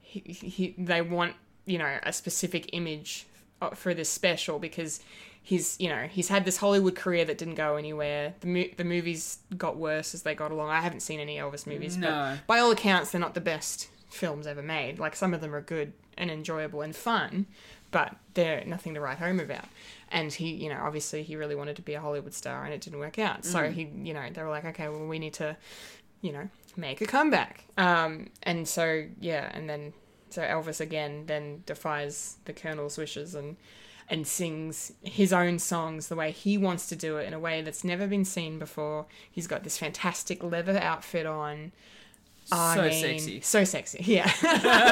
S1: he, he they want you know a specific image uh, for this special because he's you know he's had this Hollywood career that didn't go anywhere. The mo- the movies got worse as they got along. I haven't seen any Elvis movies,
S2: No.
S1: but by all accounts, they're not the best films ever made. Like some of them are good and enjoyable and fun, but they're nothing to write home about. And he, you know, obviously he really wanted to be a Hollywood star, and it didn't work out. So he, you know, they were like, okay, well, we need to you know, make a comeback. Um, and so yeah, and then so Elvis again then defies the Colonel's wishes and and sings his own songs the way he wants to do it in a way that's never been seen before. He's got this fantastic leather outfit on.
S2: So
S1: mean,
S2: sexy.
S1: So sexy. Yeah.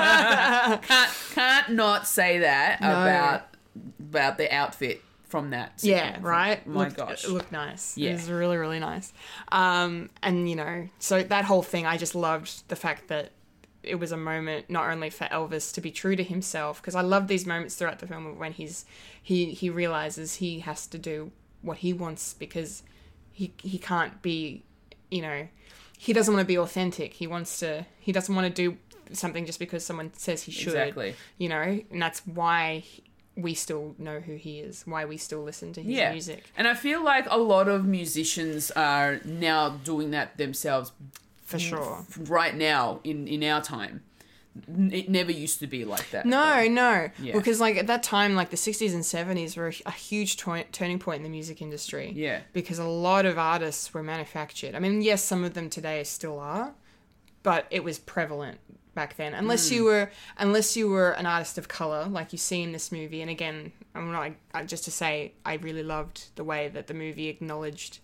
S2: can't can't not say that about about the outfit from that.
S1: Yeah,
S2: sequence.
S1: right.
S2: My
S1: looked,
S2: gosh.
S1: it looked nice.
S2: Yeah.
S1: it was really really nice. Um, and you know, so that whole thing, I just loved the fact that it was a moment not only for Elvis to be true to himself because I love these moments throughout the film when he's he he realizes he has to do what he wants because he he can't be you know he doesn't want to be authentic he wants to he doesn't want to do something just because someone says he should
S2: Exactly.
S1: you know and that's why he- we still know who he is why we still listen to his
S2: yeah.
S1: music
S2: And I feel like a lot of musicians are now doing that themselves
S1: for sure
S2: right now in, in our time. N- It never used to be like that.
S1: No, no.
S2: Yeah.
S1: Because like at that time, like the sixties and seventies were a, a huge toi- turning point in the music industry.
S2: Yeah.
S1: Because a lot of artists were manufactured. I mean, yes, some of them today still are, but it was prevalent back then. Unless
S2: Hmm.
S1: you were, unless you were an artist of color, like you see in this movie. And again, I'm not I- just to say I really loved the way that the movie acknowledged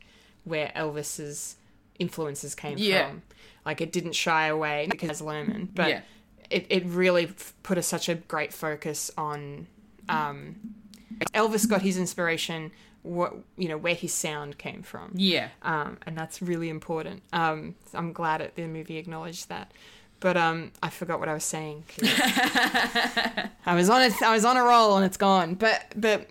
S1: where Elvis's influences came
S2: Yeah.
S1: from. Like it didn't shy away because Lerman, but
S2: Yeah.
S1: it, it really f- put a, such a great focus on um, Elvis got his inspiration, what you know, where his sound came from,
S2: Yeah.
S1: um, and that's really important. Um, I'm glad that the movie acknowledged that. But um, I forgot what I was saying. I was on a, I was on a roll and it's gone. But but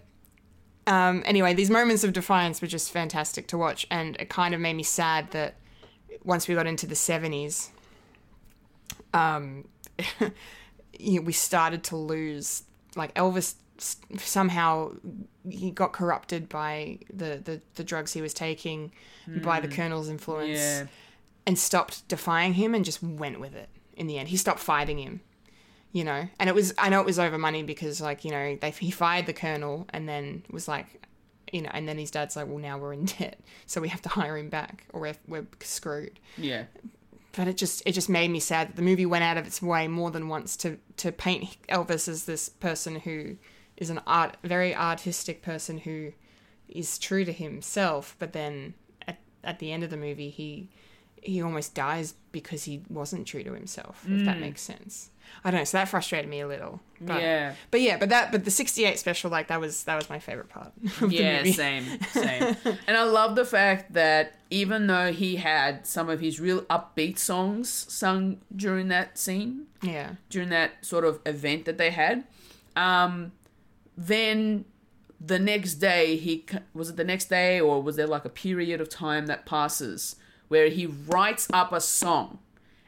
S1: um, anyway, these moments of defiance were just fantastic to watch, and it kind of made me sad that once we got into the seventies, um, you know, we started to lose like Elvis s- somehow he got corrupted by the, the, the drugs he was taking by the colonel's influence
S2: Yeah.
S1: and stopped defying him and just went with it in the end. He stopped fighting him, you know. And it was I know it was over money because like you know they he fired the colonel and then was like, you know, and then his dad's like, well now we're in debt, so we have to hire him back or we're, we're screwed.
S2: Yeah.
S1: But it just it just made me sad that the movie went out of its way more than once to to paint Elvis as this person who is an art very artistic person who is true to himself, but then at, at the end of the movie he he almost dies because he wasn't true to himself, if
S2: Mm.
S1: that makes sense. I don't know, so that frustrated me a little. But,
S2: Yeah.
S1: But yeah, but that but the sixty eight special, like that was that was my favourite part of the
S2: yeah,
S1: movie.
S2: same, same. and I love the fact that even though he had some of his real upbeat songs sung during that scene,
S1: Yeah.
S2: during that sort of event that they had, um, then the next day he c- was it the next day or was there like a period of time that passes where he writes up a song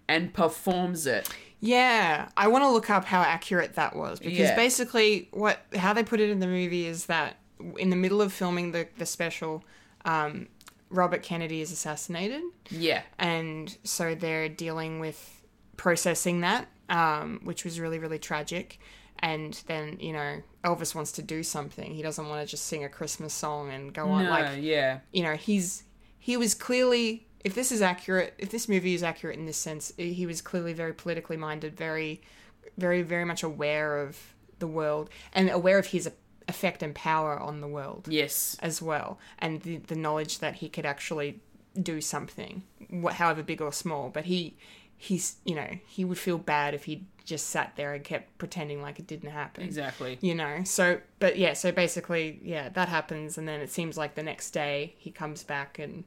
S2: and performs it.
S1: Yeah, I want to look up how accurate that was because
S2: Yeah.
S1: basically what how they put it in the movie is that in the middle of filming the the special, um, Robert Kennedy is assassinated,
S2: Yeah.
S1: and so they're dealing with processing that, um, which was really really tragic. And then you know Elvis wants to do something. He doesn't want to just sing a Christmas song and go on
S2: No,
S1: like
S2: yeah.
S1: you know he's he was clearly if this is accurate if this movie is accurate in this sense i- he was clearly very politically minded very very very much aware of the world and aware of his effect and power on the world
S2: Yes.
S1: as well and the, the knowledge that he could actually do something wh- however big or small but he he's you know he would feel bad if he just sat there and kept pretending like it didn't happen
S2: Exactly.
S1: you know so but yeah so basically yeah that happens and then it seems like the next day he comes back and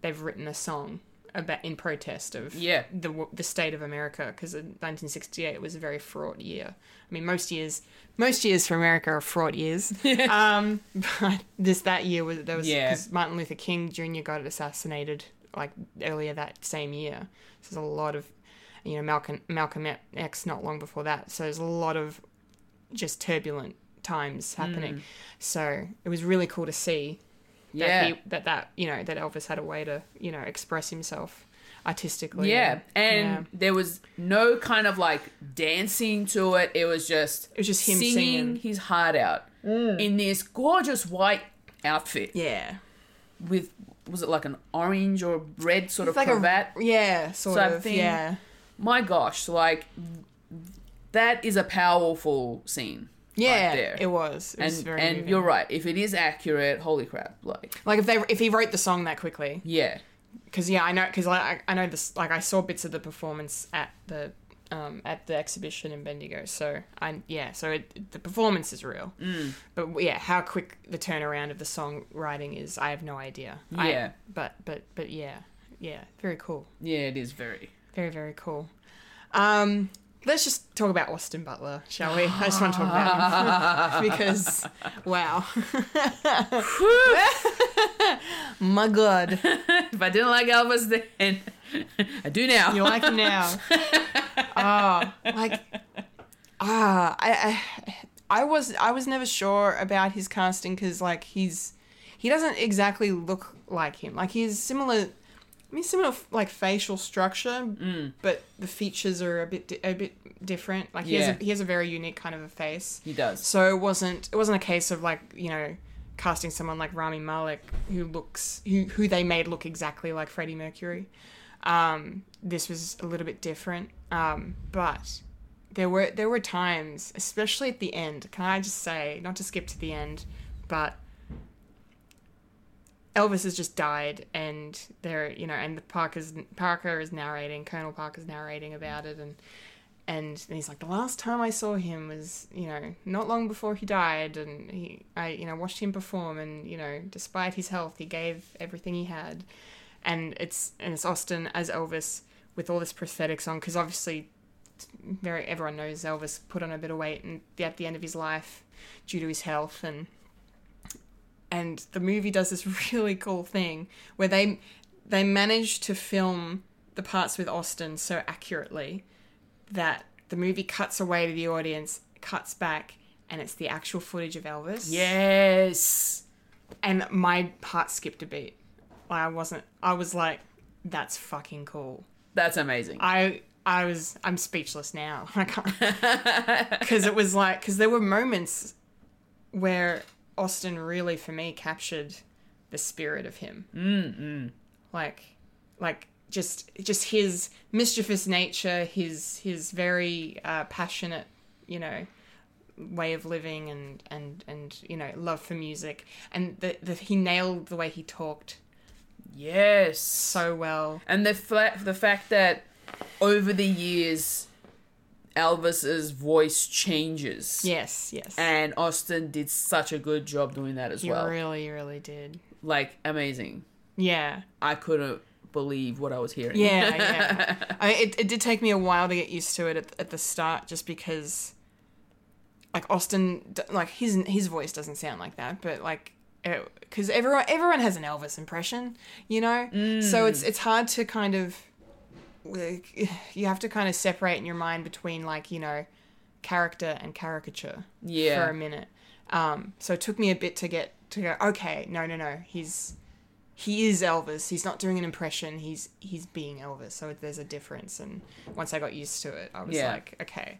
S1: they've written a song about in protest of
S2: Yeah.
S1: the w- the state of America because 1968 was a very fraught year. I mean, most years most years for America are fraught years. um, but this that year was there was
S2: Yeah.
S1: because Martin Luther King Jr. got assassinated like earlier that same year. So there's a lot of you know Malcolm Malcolm X not long before that. So there's a lot of just turbulent times happening.
S2: Mm.
S1: So it was really cool to see that
S2: Yeah.
S1: he, that that you know that Elvis had a way to you know express himself artistically.
S2: Yeah, and
S1: Yeah.
S2: there was no kind of like dancing to it. It was just
S1: It was just him singing. Mm.
S2: his heart out in this gorgeous white outfit
S1: yeah,
S2: with was it like an orange or red sort
S1: it's
S2: of
S1: like
S2: cravat?
S1: a yeah sort
S2: type
S1: of
S2: thing.
S1: yeah
S2: My gosh, like that is a powerful scene.
S1: yeah
S2: right there.
S1: it was it
S2: and
S1: was very
S2: and
S1: moving.
S2: you're right. If it is accurate, holy crap! Like
S1: like if they if he wrote the song that quickly
S2: yeah,
S1: because yeah I know because I I know this like I saw bits of the performance at the. Um, at the exhibition in Bendigo, so I yeah, so it, the performance is real, mm. but yeah, how quick the turnaround of the songwriting is, I have no idea. I-
S2: Yeah.
S1: but but but yeah, yeah, very cool.
S2: yeah, it is very.
S1: Very, very cool. Um, let's just talk about Austin Butler, shall we? I just want to talk about him because wow, my god,
S2: if I didn't like Elvis then, I do now.
S1: you like him now? Oh, like ah, I, I I was I was never sure about his casting because like he's he doesn't exactly look like him. Like he's similar. I mean, similar like facial structure,
S2: Mm.
S1: but the features are a bit di- a bit different. Like he has
S2: Yeah.
S1: a, he has a very unique kind of a face.
S2: He does.
S1: So it wasn't it wasn't a case of like you know casting someone like Rami Malek who looks who who they made look exactly like Freddie Mercury. Um, this was a little bit different, um, but there were there were times, especially at the end. Can I just say, not to skip to the end, but Elvis has just died, and they're you know, and the Parker's Parker is narrating, Colonel Parker's narrating about it, and and he's like, the last time I saw him was you know not long before he died, and he I you know watched him perform, and you know despite his health, he gave everything he had, and it's and it's Austin as Elvis with all this prosthetics on, because obviously very everyone knows Elvis put on a bit of weight and at the end of his life due to his health and and the movie does this really cool thing where they they manage to film the parts with Austin so accurately that the movie cuts away to the audience, cuts back, and it's the actual footage of Elvis.
S2: Yes.
S1: And my heart skipped a beat. I wasn't I was like, that's fucking cool.
S2: That's amazing.
S1: I I was I'm speechless now. I can't because it was like because there were moments where Austin really for me captured the spirit of him. Mm-mm. Like like just just his mischievous nature, his his very uh, passionate, you know way of living and and and you know love for music and the, the he nailed the way he talked
S2: Yes.
S1: so well
S2: and the fa- the fact that over the years, Elvis's voice changes.
S1: yes yes
S2: And Austin did such a good job doing that as
S1: he
S2: well.
S1: really really did
S2: like amazing.
S1: yeah
S2: I couldn't believe what I was hearing.
S1: Yeah, yeah. I, it, it did take me a while to get used to it at, at the start, just because, like Austin, d- like his his voice doesn't sound like that, but like because everyone everyone has an Elvis impression, you know. So
S2: Mm.
S1: it's it's hard to kind of like, you have to kind of separate in your mind between like you know character and caricature
S2: Yeah.
S1: for a minute. Um, so it took me a bit to get to go. Okay, no, no, no. He's he is Elvis. He's not doing an impression. He's he's being Elvis. So there's a difference. And once I got used to it, I was
S2: Yeah.
S1: like, okay.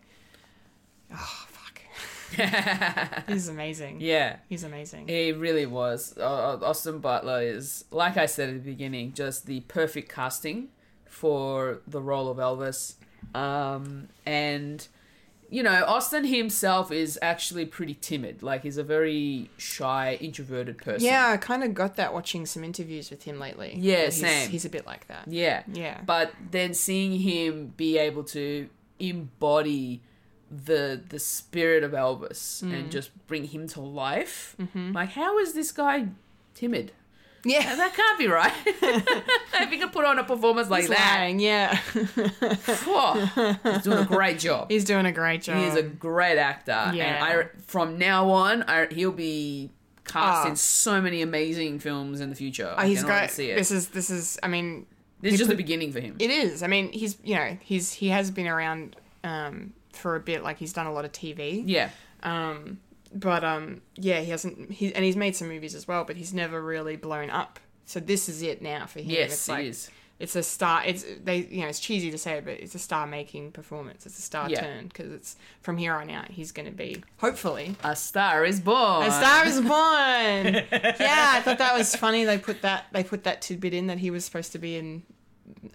S1: Oh fuck. he's amazing.
S2: yeah.
S1: He's amazing.
S2: He really was. Uh, Austin Butler is, like I said at the beginning, just the perfect casting for the role of Elvis. Um, and, you know, Austin himself is actually pretty timid. Like, he's a very shy, introverted person.
S1: yeah, I kind of got that watching some interviews with him lately.
S2: Yeah,
S1: he's,
S2: same.
S1: He's a bit like that.
S2: Yeah.
S1: Yeah.
S2: But then seeing him be able to embody the the spirit of Elvis
S1: Mm.
S2: and just bring him to life.
S1: Mm-hmm.
S2: Like, how is this guy timid?
S1: yeah.
S2: That can't be right. if you can put on a performance like
S1: He's
S2: that,
S1: lying. Yeah.
S2: whoa, he's doing a great job.
S1: he's doing a great job.
S2: He is a great actor,
S1: Yeah.
S2: and I, from now on, I, he'll be cast
S1: Oh.
S2: in so many amazing films in the future.
S1: Oh,
S2: I
S1: he's
S2: can
S1: got
S2: already see it. This,
S1: this is this is I mean
S2: is just
S1: people-
S2: the beginning for him.
S1: It is. I mean, he's you know he's he has been around um, for a bit. Like he's done a lot of TV,
S2: yeah,
S1: but um, yeah, he hasn't. He and he's made some movies as well, but he's never really blown up. So this is it now for him.
S2: yes,
S1: it's
S2: he
S1: like
S2: is.
S1: it's a star. It's they you know it's cheesy to say, it, but it's a star-making performance. It's a star
S2: Yeah.
S1: turn because it's from here on out he's going to be hopefully.
S2: A star is born.
S1: A Star is Born. yeah, I thought that was funny. They put that they put that tidbit in that he was supposed to be in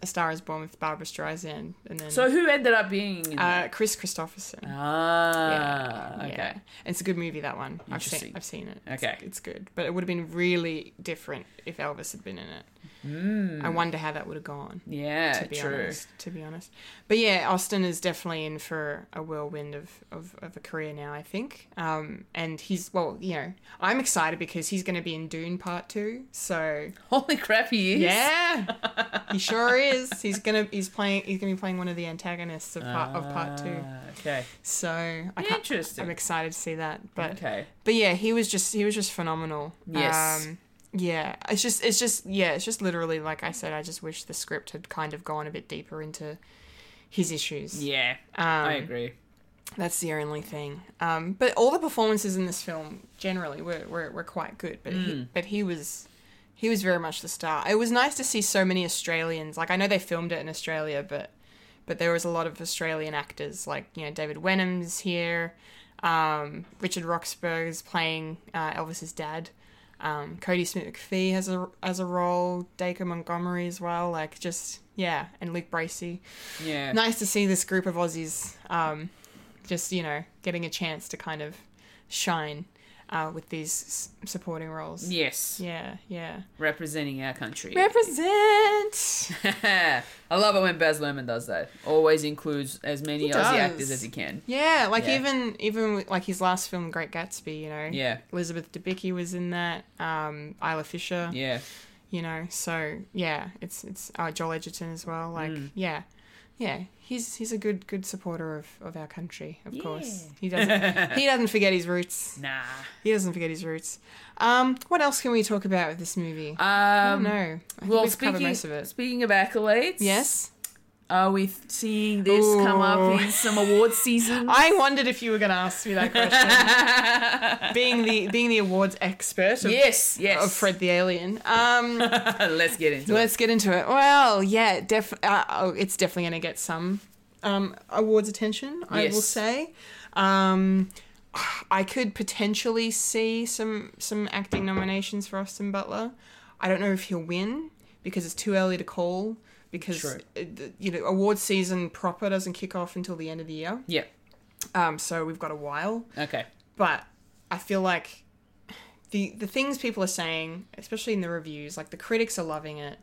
S1: A Star is Born with Barbara Streisand, and then
S2: So who ended up being? In that?
S1: Uh, Chris Christopherson.
S2: ah, okay.
S1: Yeah. It's a good movie that one. I've seen
S2: Interesting.
S1: I've seen it.
S2: Okay.
S1: It's, it's good. But it would have been really different if Elvis had been in it. I wonder how that would have gone.
S2: Hmm, Yeah,
S1: Uh, To be
S2: Mm. Uh, true.
S1: honest, to be honest, but yeah, Austin is definitely in for a whirlwind of, of, of a career now. I think, um, and he's well, you know, I'm excited because he's going to be in Dune Part Two. So
S2: Holy crap, he is.
S1: yeah, he sure is. He's gonna he's playing he's gonna be playing one of the antagonists of part of Part Two.
S2: Ah, Okay.
S1: So I can't-
S2: Interesting.
S1: I'm excited to see that, but
S2: okay.
S1: but yeah, he was just he was just phenomenal.
S2: Yes.
S1: Um, yeah, it's just it's just yeah, it's just literally like I said. I just wish the script had kind of gone a bit deeper into his issues.
S2: Yeah,
S1: Um,
S2: I agree.
S1: That's the only thing. Um, but all the performances in this film generally were were, were quite good. But he, but he was he was very much the star. It was nice to see so many Australians. Like I know they filmed it in Australia, but but there was a lot of Australian actors. Like you know David Wenham's here. Um, Richard Roxburgh is playing uh, Elvis's dad. Um, Cody Smith McPhee has a as a role. Dacre Montgomery as well. Like just yeah, and Luke Bracey
S2: Yeah.
S1: nice to see this group of Aussies um, just, you know, getting a chance to kind of shine uh, with these s- supporting roles.
S2: Yes.
S1: Yeah, yeah.
S2: Representing our country.
S1: Represent!
S2: I love it when Baz Luhrmann does that. Always includes as many
S1: He
S2: Aussie
S1: does.
S2: actors as he can.
S1: Yeah, like
S2: Yeah.
S1: even even with, like his last film, Great Gatsby, you know.
S2: Yeah.
S1: Elizabeth Debicki was in that. Um, Isla Fisher,
S2: Yeah.
S1: you know. So yeah, it's it's uh, Joel Edgerton as well. Like
S2: Mm.
S1: yeah, yeah. He's he's a good good supporter of, of our country. Of course, he doesn't he doesn't forget his roots.
S2: Nah.
S1: He doesn't forget his roots. Um, what else can we talk about with this movie? I don't
S2: Um,
S1: know. I think
S2: well,
S1: we've
S2: speaking,
S1: covered most of it.
S2: speaking of accolades,
S1: Yes,
S2: are we th- seeing this come up
S1: Ooh.
S2: in some award season?
S1: I wondered if you were going to ask me that question, being the being the awards expert of,
S2: yes, yes.
S1: of uh, Fred the Alien. Um,
S2: Let's get into it.
S1: Let's get into it. Well, yeah, def- uh, oh, it's definitely going to get some um, awards attention, I will
S2: Yes.
S1: say. Um, I could potentially see some some acting nominations for Austin Butler. I don't know if he'll win because it's too early to call because
S2: True.
S1: uh, you know award season proper doesn't kick off until the end of the year.
S2: Yeah.
S1: Um, so we've got a while
S2: Okay.
S1: but I feel like the the things people are saying, especially in the reviews, like the critics are loving it.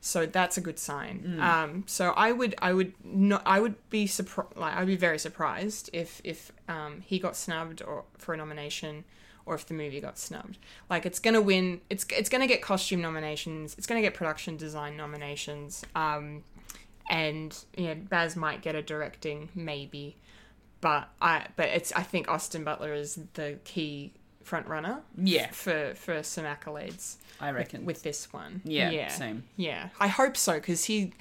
S1: So that's a good sign. Um, so I would I would not I would be surprised like I'd be very surprised if if um, he got snubbed or for a nomination or if the movie got snubbed. Like it's gonna win. It's it's gonna get costume nominations. It's gonna get production design nominations. Um, and you know Baz might get a directing maybe but I but it's I think Austin Butler is the key front runner
S2: Yeah,
S1: for for some accolades
S2: I reckon.
S1: with this one.
S2: Yeah, same.
S1: Yeah, I hope so because he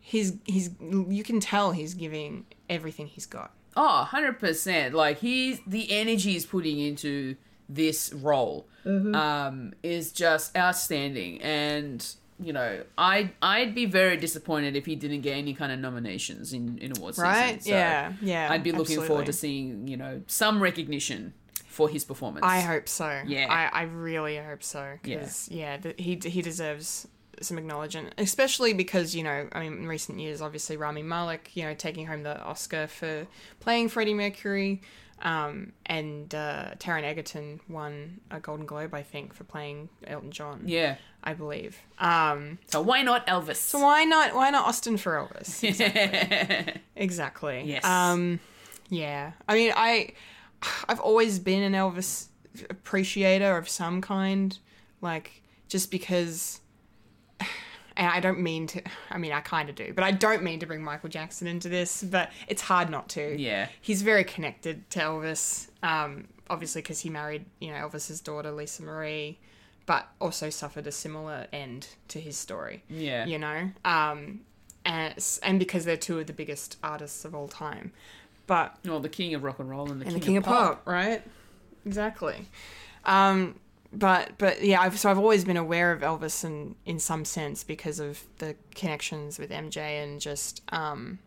S1: he's he's you can tell he's giving everything he's got.
S2: Oh, 100%. Like, he's the energy he's putting into this role
S1: Mm-hmm.
S2: um, is just outstanding. And, you know, I, I'd be very disappointed if he didn't get any kind of nominations in, in awards
S1: Right?
S2: season. So
S1: yeah, yeah.
S2: I'd be looking forward to
S1: absolutely.
S2: seeing, you know, some recognition for his performance.
S1: I hope so.
S2: Yeah.
S1: I, I really hope so because yeah, th he he deserves some acknowledgement, especially because you know I mean in recent years obviously Rami Malek you know taking home the Oscar for playing Freddie Mercury, um, and uh, Taron Egerton won a Golden Globe I think for playing Elton John.
S2: Yeah.
S1: I believe. Um,
S2: So why not Elvis?
S1: so why not why not Austin for Elvis? Exactly.
S2: Yes.
S1: Um, yeah. I mean, I I've always been an Elvis appreciator of some kind, like just because. And I don't mean to. I mean, I kind of do, but I don't mean to bring Michael Jackson into this. But it's hard not to.
S2: Yeah.
S1: He's very connected to Elvis, um, obviously because he married, you know, Elvis's daughter Lisa Marie, but also suffered a similar end to his story
S2: Yeah.
S1: you know um and, and because they're two of the biggest artists of all time but
S2: Well, the king of rock and roll and the,
S1: and
S2: king,
S1: the king of pop, right exactly um but but yeah I've, so i've always been aware of elvis in in some sense because of the connections with mj and just um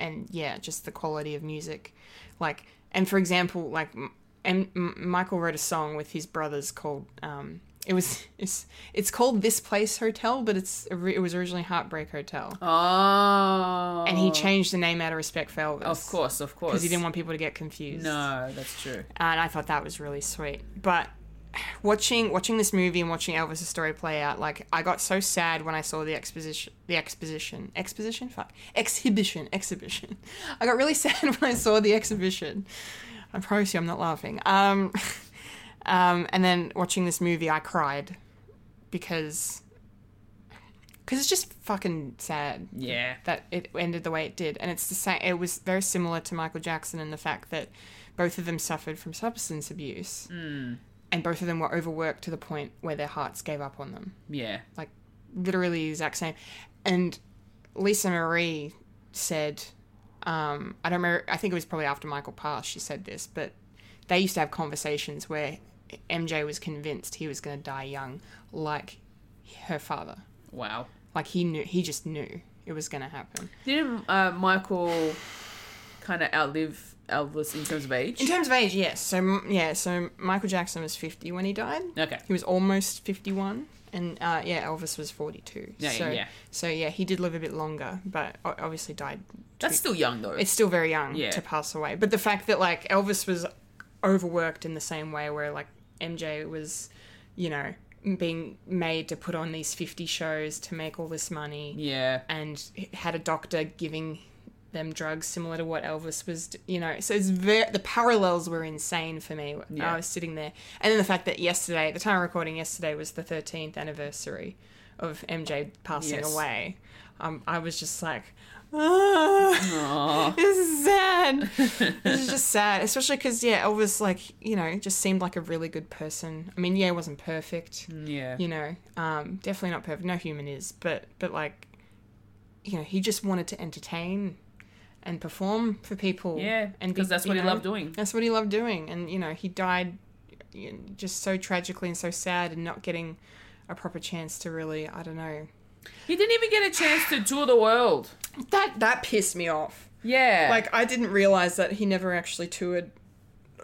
S1: and yeah just the quality of music like and for example like M- M- M- michael wrote a song with his brothers called um it was it's it's called this place hotel but it's it was originally heartbreak hotel
S2: Oh.
S1: and he changed the name out of respect for elvis
S2: Of course, of course.
S1: because he didn't want people to get confused
S2: No, that's true.
S1: and I thought that was really sweet. But watching watching this movie and watching Elvis's story play out, like I got so sad when I saw the exposition, the exposition, exposition, fuck, exhibition, exhibition. I got really sad when I saw the exhibition. I promise you, I'm not laughing. Um, um, and then watching this movie, I cried because because it's just fucking sad
S2: Yeah.
S1: that it ended the way it did. And it's the same. It was very similar to Michael Jackson in the fact that both of them suffered from substance abuse, and both of them were overworked to the point where their hearts gave up on them.
S2: Yeah.
S1: Like literally the exact same. And Lisa Marie said, um, I don't remember. I think it was probably after Michael passed. She said this, but they used to have conversations where MJ was convinced he was going to die young, like her father.
S2: Wow.
S1: Like he knew. He just knew it was going to happen.
S2: Didn't uh, Michael kind of outlive Elvis in terms of
S1: In
S2: age?
S1: terms of age, yes. So m- yeah, so Michael Jackson was fifty when he died.
S2: Okay.
S1: He was almost fifty-one, and uh, yeah, Elvis was forty-two.
S2: Yeah, yeah,
S1: so,
S2: yeah.
S1: So yeah, he did live a bit longer, but o- obviously died.
S2: That's still young though.
S1: It's still very young
S2: Yeah.
S1: to pass away. But the fact that like Elvis was overworked in the same way, where like MJ was, you know, being made to put on these fifty shows to make all this money
S2: yeah.
S1: and had a doctor giving them drugs similar to what Elvis was, d- you know. So it's very, the parallels were insane for me.
S2: Yeah.
S1: I was sitting there, and then the fact that yesterday, at the time of recording yesterday, was the 13th anniversary of MJ passing
S2: Yes.
S1: away. Um, I was just like, ah,
S2: Aw.
S1: this is sad. this is just sad, especially because yeah, Elvis like you know just seemed like a really good person. I mean, yeah, he wasn't
S2: Mm.
S1: perfect
S2: Yeah.
S1: you know um definitely not perfect no human is but but like you know he just wanted to entertain and perform for people
S2: Yeah.
S1: and be-
S2: Because that's what
S1: you
S2: he
S1: know,
S2: loved doing.
S1: that's what he loved doing and you know he died you know, just so tragically and so sad and not getting a proper chance to really i don't know
S2: He didn't even get a chance to tour the world.
S1: that that pissed me off
S2: Yeah.
S1: like i didn't realize that he never actually toured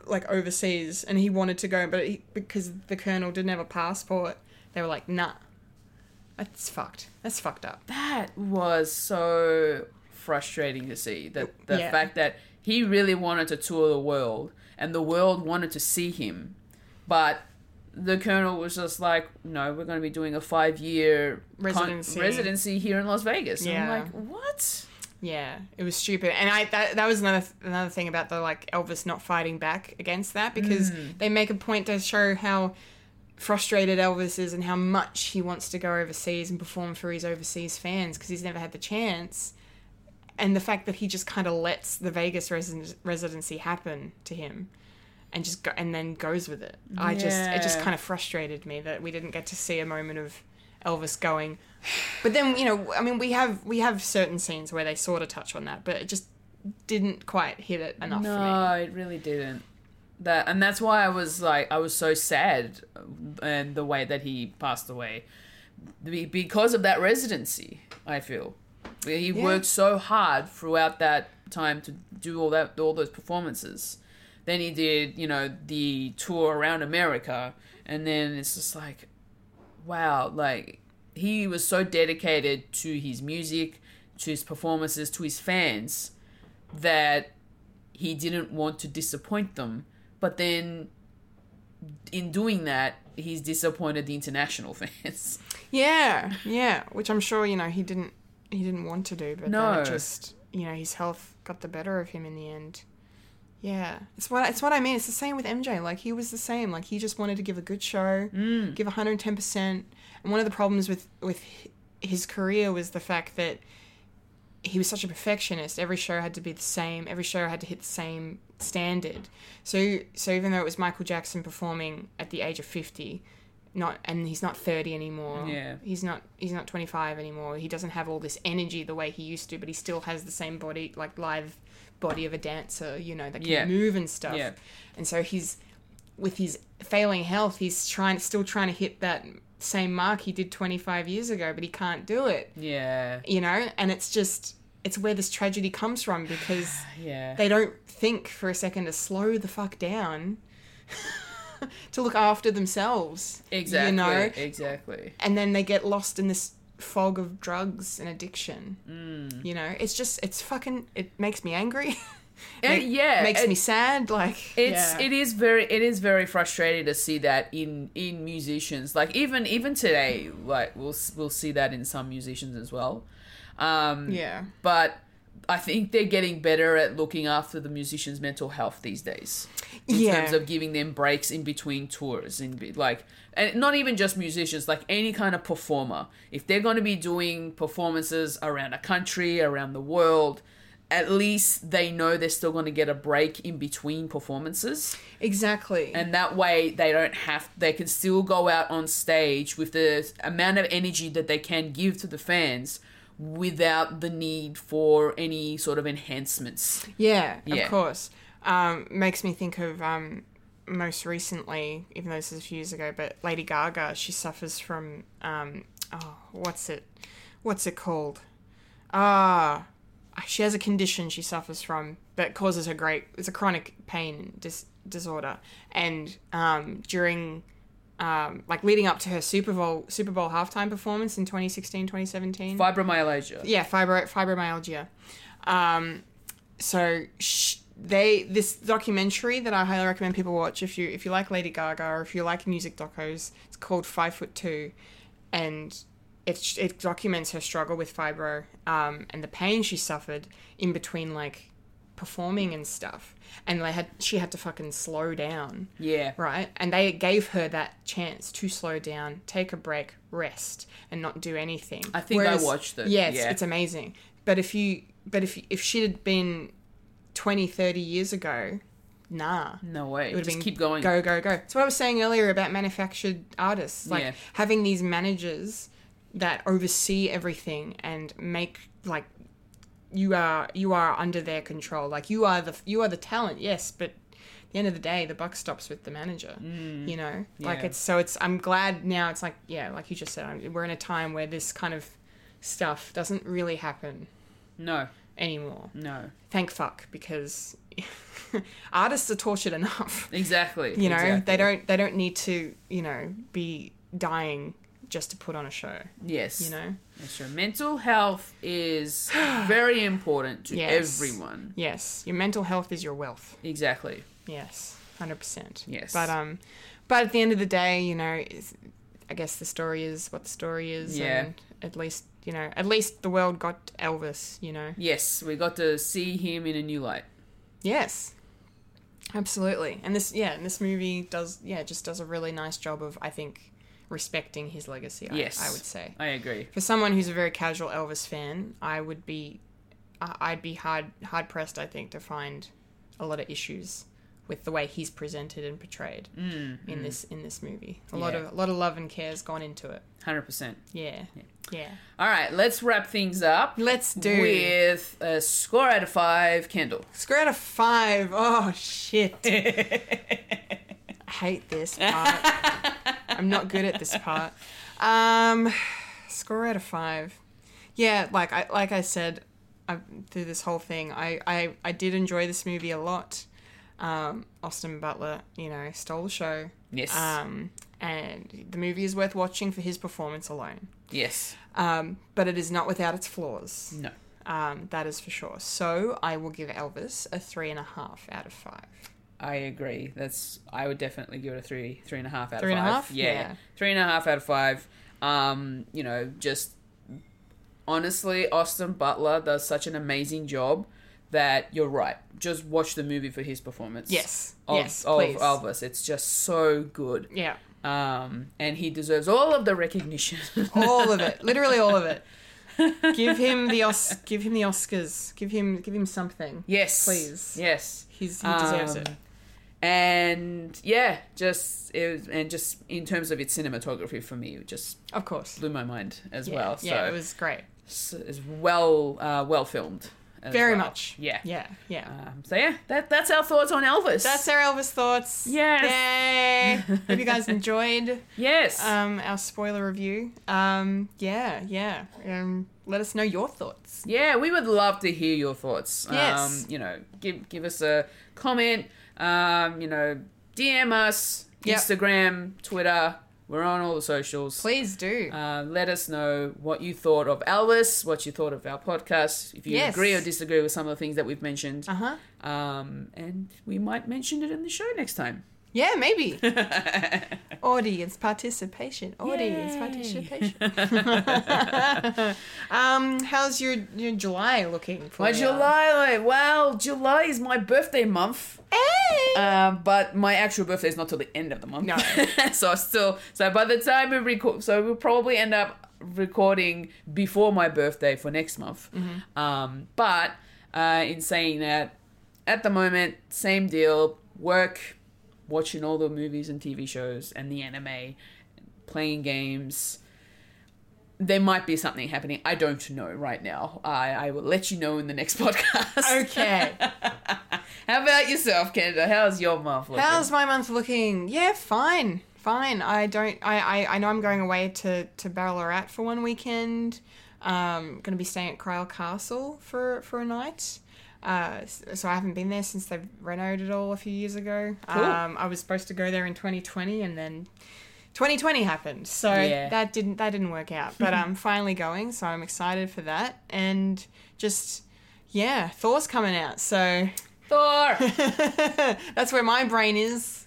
S1: like overseas and he wanted to go but he, because the colonel didn't have a passport they were like nah that's fucked that's fucked up
S2: that was so frustrating to see that the
S1: Yeah.
S2: fact that he really wanted to tour the world and the world wanted to see him but the colonel was just like no we're going to be doing a five year
S1: Residency.
S2: residency here in las vegas And
S1: Yeah.
S2: i'm like what
S1: Yeah, it was stupid, and I that, that was another another thing about the like Elvis not fighting back against that because they make a point to show how frustrated Elvis is and how much he wants to go overseas and perform for his overseas fans because he's never had the chance, and the fact that he just kind of lets the Vegas resident, residency happen to him, and just go, and then goes with it. I just it just
S2: Yeah.
S1: kind of frustrated me that we didn't get to see a moment of Elvis going. But then you know, I mean, we have we have certain scenes where they sort of touch on that, but it just didn't quite hit it enough for me.
S2: no it really didn't that and that's why i was like i was so sad uh, and the way that he passed away Be- because of that residency i feel he worked so hard throughout that time to do all that all those performances then he did you know the tour around america and then it's just like wow like he was so dedicated to his music to his performances to his fans that he didn't want to disappoint them but then in doing that he's disappointed the international fans
S1: Yeah, yeah, which I'm sure you know he didn't he didn't want to do, but then
S2: No.
S1: it just you know his health got the better of him in the end. Yeah, it's what it's what I mean. It's the same with MJ. Like he was the same. Like he just wanted to give a good show, give 110. percent And one of the problems with with hi- his career was the fact that he was such a perfectionist. Every show had to be the same. Every show had to hit the same standard. So so even though it was Michael Jackson performing at the age of 50, not and he's not 30 anymore.
S2: Yeah.
S1: He's not he's not 25 anymore. He doesn't have all this energy the way he used to, but he still has the same body like live body of a dancer, you know, that can
S2: Yeah.
S1: move and stuff.
S2: Yeah.
S1: And so he's with his failing health, he's trying still trying to hit that same mark he did 25 years ago, but he can't do it
S2: yeah
S1: you know and it's just it's where this tragedy comes from because
S2: yeah
S1: they don't think for a second to slow the fuck down to look after themselves
S2: exactly
S1: you know
S2: exactly
S1: and then they get lost in this fog of drugs and addiction mm. you know it's just it's fucking it makes me angry
S2: And yeah,
S1: makes
S2: and
S1: me sad. Like
S2: It's
S3: Yeah.
S2: it is very it is very frustrating to see that in in musicians. Like even even today, like we'll s- we'll see that in some musicians as well. Um,
S1: yeah,
S2: but I think they're getting better at looking after the musicians' mental health these days. In
S1: Yeah.
S2: terms of giving them breaks in between tours, in be- like, and not even just musicians, like any kind of performer. If they're going to be doing performances around a country, around the world, at least they know they're still going to get a break in between performances
S1: exactly.
S2: and that way they don't have they can still go out on stage with the amount of energy that they can give to the fans without the need for any sort of enhancements
S1: Yeah,
S2: Yeah.
S1: of course. Um, makes me think of um, most recently, even though this is a few years ago, but Lady Gaga, she suffers from um, oh, what's it, what's it called? Ah, she has a condition she suffers from that causes her great. It's a chronic pain dis- disorder, and um, during. Um, like leading up to her Super Bowl Super Bowl halftime performance in 2016 2017
S2: fibromyalgia
S1: yeah fibro fibromyalgia um so sh- they this documentary that i highly recommend people watch if you if you like lady gaga or if you like music docos it's called five foot two and it, sh- it documents her struggle with fibro um, and the pain she suffered in between like performing and stuff and they had she had to fucking slow down
S2: yeah
S1: right? And they gave her that chance to slow down, take a break, rest, and not do anything.
S2: I think I watched it,
S1: Yeah, it's,
S2: yeah.
S1: it's amazing. But if you, but if if she had been 20, 30 years ago, nah.
S2: no way
S1: It would
S2: just
S1: have been
S2: keep going
S1: Go, go, go. It's what I was saying earlier about manufactured artists. Like
S2: Yeah.
S1: having these managers that oversee everything and make like you are you are under their control. Like you are the you are the talent, yes, but at the end of the day the buck stops with the manager. you know? Like
S2: Mm. yeah.
S1: it's so it's I'm glad now it's like yeah, like you just said, I'm, we're in a time where this kind of stuff doesn't really happen
S2: no
S1: anymore.
S2: no
S1: Thank fuck because artists are tortured enough
S2: exactly
S1: you know
S2: exactly.
S1: they don't they don't need to you know be dying just to put on a show
S2: yes
S1: you know
S2: That's true. mental health is very important to
S1: Yes.
S2: everyone
S1: yes your mental health is your wealth
S2: exactly
S1: yes 100%
S2: Yes.
S1: but um but at the end of the day you know is, i guess the story is what the story is
S2: Yeah.
S1: and at least you know at least the world got elvis you know
S2: yes we got to see him in a new light
S1: yes absolutely and this yeah and this movie does yeah just does a really nice job of i think respecting his legacy
S2: yes
S1: I, I would say
S2: i agree
S1: for someone who's a very casual Elvis fan, I would be, I- I'd be hard hard pressed, I think, to find a lot of issues with the way he's presented and portrayed
S2: mm,
S1: in
S2: mm.
S1: this in this movie. A lot
S2: Yeah.
S1: of a lot of love and care's gone into it.
S2: 100%
S1: Yeah,
S2: Yeah.
S1: yeah.
S2: All right, let's wrap things up.
S1: Let's do it.
S2: with a score out of five. Kendall.
S1: Score out of five. Oh shit! I hate this part. I'm not good at this part. Um, score out of five. Yeah, like I like I said I, through this whole thing, I, I I did enjoy this movie a lot. Um, Austin Butler, you know, stole the show.
S2: Yes.
S1: Um, and the movie is worth watching for his performance alone.
S2: yes.
S1: Um, but it is not without its flaws.
S2: No.
S1: Um, that is for sure. So I will give Elvis a three and a half out of five.
S2: I agree. That's. I would definitely give it a three, three and a half out
S1: Three
S2: of
S1: and a
S2: five.
S1: half?
S2: Yeah.
S1: Yeah.
S2: Three and a half out of five. Um, you know, just honestly, Austin Butler does such an amazing job that you're right. Just watch the movie for his performance.
S1: Yes.
S2: Of,
S1: yes.
S2: of
S1: please.
S2: Elvis. It's just so good.
S1: Yeah.
S2: Um, and he deserves all of the recognition.
S1: All of it. Literally all of it. Give him the Os- Give him the Oscars. Give him. Give him something.
S2: Yes.
S1: Please.
S2: Yes.
S1: He's, he deserves it.
S2: Um, And yeah, just it was, and just in terms of its cinematography for me, it just
S1: Of course.
S2: blew my mind as
S1: Yeah.
S2: well.
S1: Yeah.
S2: so
S1: It was great.
S2: it's, it's well uh, well filmed. as
S1: Very
S2: well.
S1: much.
S2: Yeah.
S1: Yeah. Yeah.
S2: Um, so yeah, that that's our thoughts on Elvis.
S1: That's our Elvis thoughts.
S2: Yes.
S1: Yay! Hope you guys enjoyed
S2: yes.
S1: um, our spoiler review. Um, yeah. Yeah. Um, let us know your thoughts.
S2: Yeah, we would love to hear your thoughts.
S1: Yes.
S2: Um, you know, give give us a comment. Um, you know, DM us
S1: Yep.
S2: Instagram, Twitter, We're on all the socials.
S1: Please do.
S2: Uh, let us know what you thought of Elvis, what you thought of our podcast, if you
S1: Yes.
S2: agree or disagree with some of the things that we've mentioned.
S1: Uh huh.
S2: Um, and we might mention it in the show next time.
S1: Yeah, maybe. Audience participation. Audience participation. um, how's your your July looking for?
S2: My
S1: you?
S2: July, like, well, July is my birthday month.
S1: Hey!
S2: Um, but my actual birthday is not till the end of the month.
S1: No.
S2: so I still, so by the time we record, so we'll probably end up recording before my birthday for next month.
S1: Mm-hmm.
S2: Um, but uh, in saying that, at the moment, same deal. Work, watching all the movies and TV shows and the anime, playing games. There might be something happening. I don't know right now. I, I will let you know in the next podcast.
S1: Okay.
S2: How about yourself, Canada? How's your month looking?
S1: How's my month looking? Yeah, fine, fine. I don't. I, I, I know I'm going away to to Ballarat for one weekend. Um, going to be staying at Cryle Castle for for a night. Uh, s- so I haven't been there since they renovated it all a few years ago.
S2: Cool.
S1: Um, I was supposed to go there in 2020, and then 2020 happened. So
S2: Yeah.
S1: that didn't that didn't work out. But I'm finally going, so I'm excited for that. And just yeah, Thor's coming out, so
S2: Thor?
S1: that's where my brain is.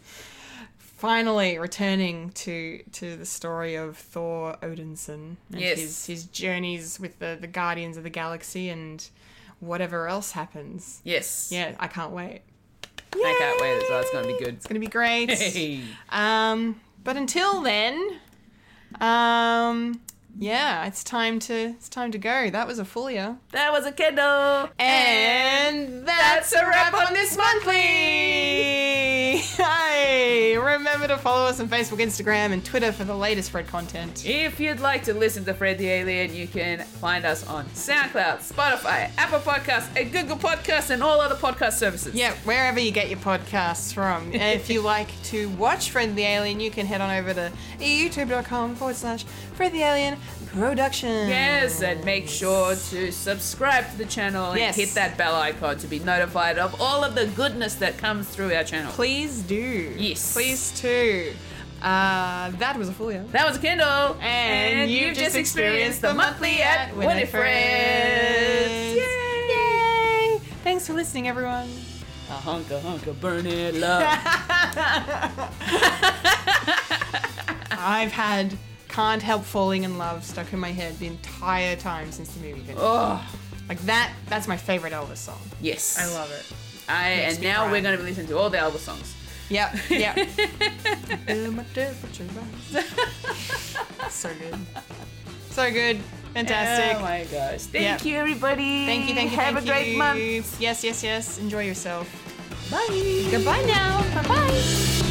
S1: Finally returning to to the story of Thor Odinson and
S2: Yes.
S1: his, his journeys with the, the Guardians of the Galaxy and whatever else happens.
S2: yes.
S1: Yeah, I can't wait.
S2: I can't wait. So it's gonna be good.
S1: It's gonna be great.
S2: Hey.
S1: Um but until then um yeah, it's time to it's time to go. That was a Fulia.
S2: That was a Kendall.
S1: And that's a wrap on this monthly. Hi! Remember to follow us on Facebook, Instagram, and Twitter for the latest Fred content.
S2: If you'd like to listen to Fred the Alien, you can find us on SoundCloud, Spotify, Apple Podcasts, and Google Podcasts, and all other podcast services.
S1: Yeah, wherever you get your podcasts from. And if you like to watch Fred the Alien, you can head on over to youtube.com forward slash Fred the Alien Production.
S2: Yes, and make sure to subscribe to the channel and
S1: Yes.
S2: hit that bell icon to be notified of all of the goodness that comes through our channel.
S1: Please do.
S2: Yes.
S1: Please do. Uh, that was a full year.
S2: That was a Kendall.
S1: And, you've, just experienced the monthly at What If Friends. Yay! Thanks for listening, everyone.
S2: A hunka hunka burn it love.
S1: I've had Can't Help Falling in Love stuck in my head the entire time since the movie finished.
S2: oh,
S1: Like that, that's my favorite Elvis song.
S2: yes.
S1: I love it.
S2: I
S1: Makes
S2: and
S1: me
S2: now
S1: cry.
S2: we're going to be listening to all the Elvis songs.
S1: Yep, yep. Do my temperature rise. so good. So good. Fantastic.
S2: Oh my gosh.
S1: Yeah.
S2: Thank you, everybody.
S1: Thank you, thank you.
S2: Have
S1: thank
S2: a great
S1: you.
S2: month.
S1: Yes, yes, yes. Enjoy yourself.
S2: Bye.
S1: Goodbye now. Bye bye.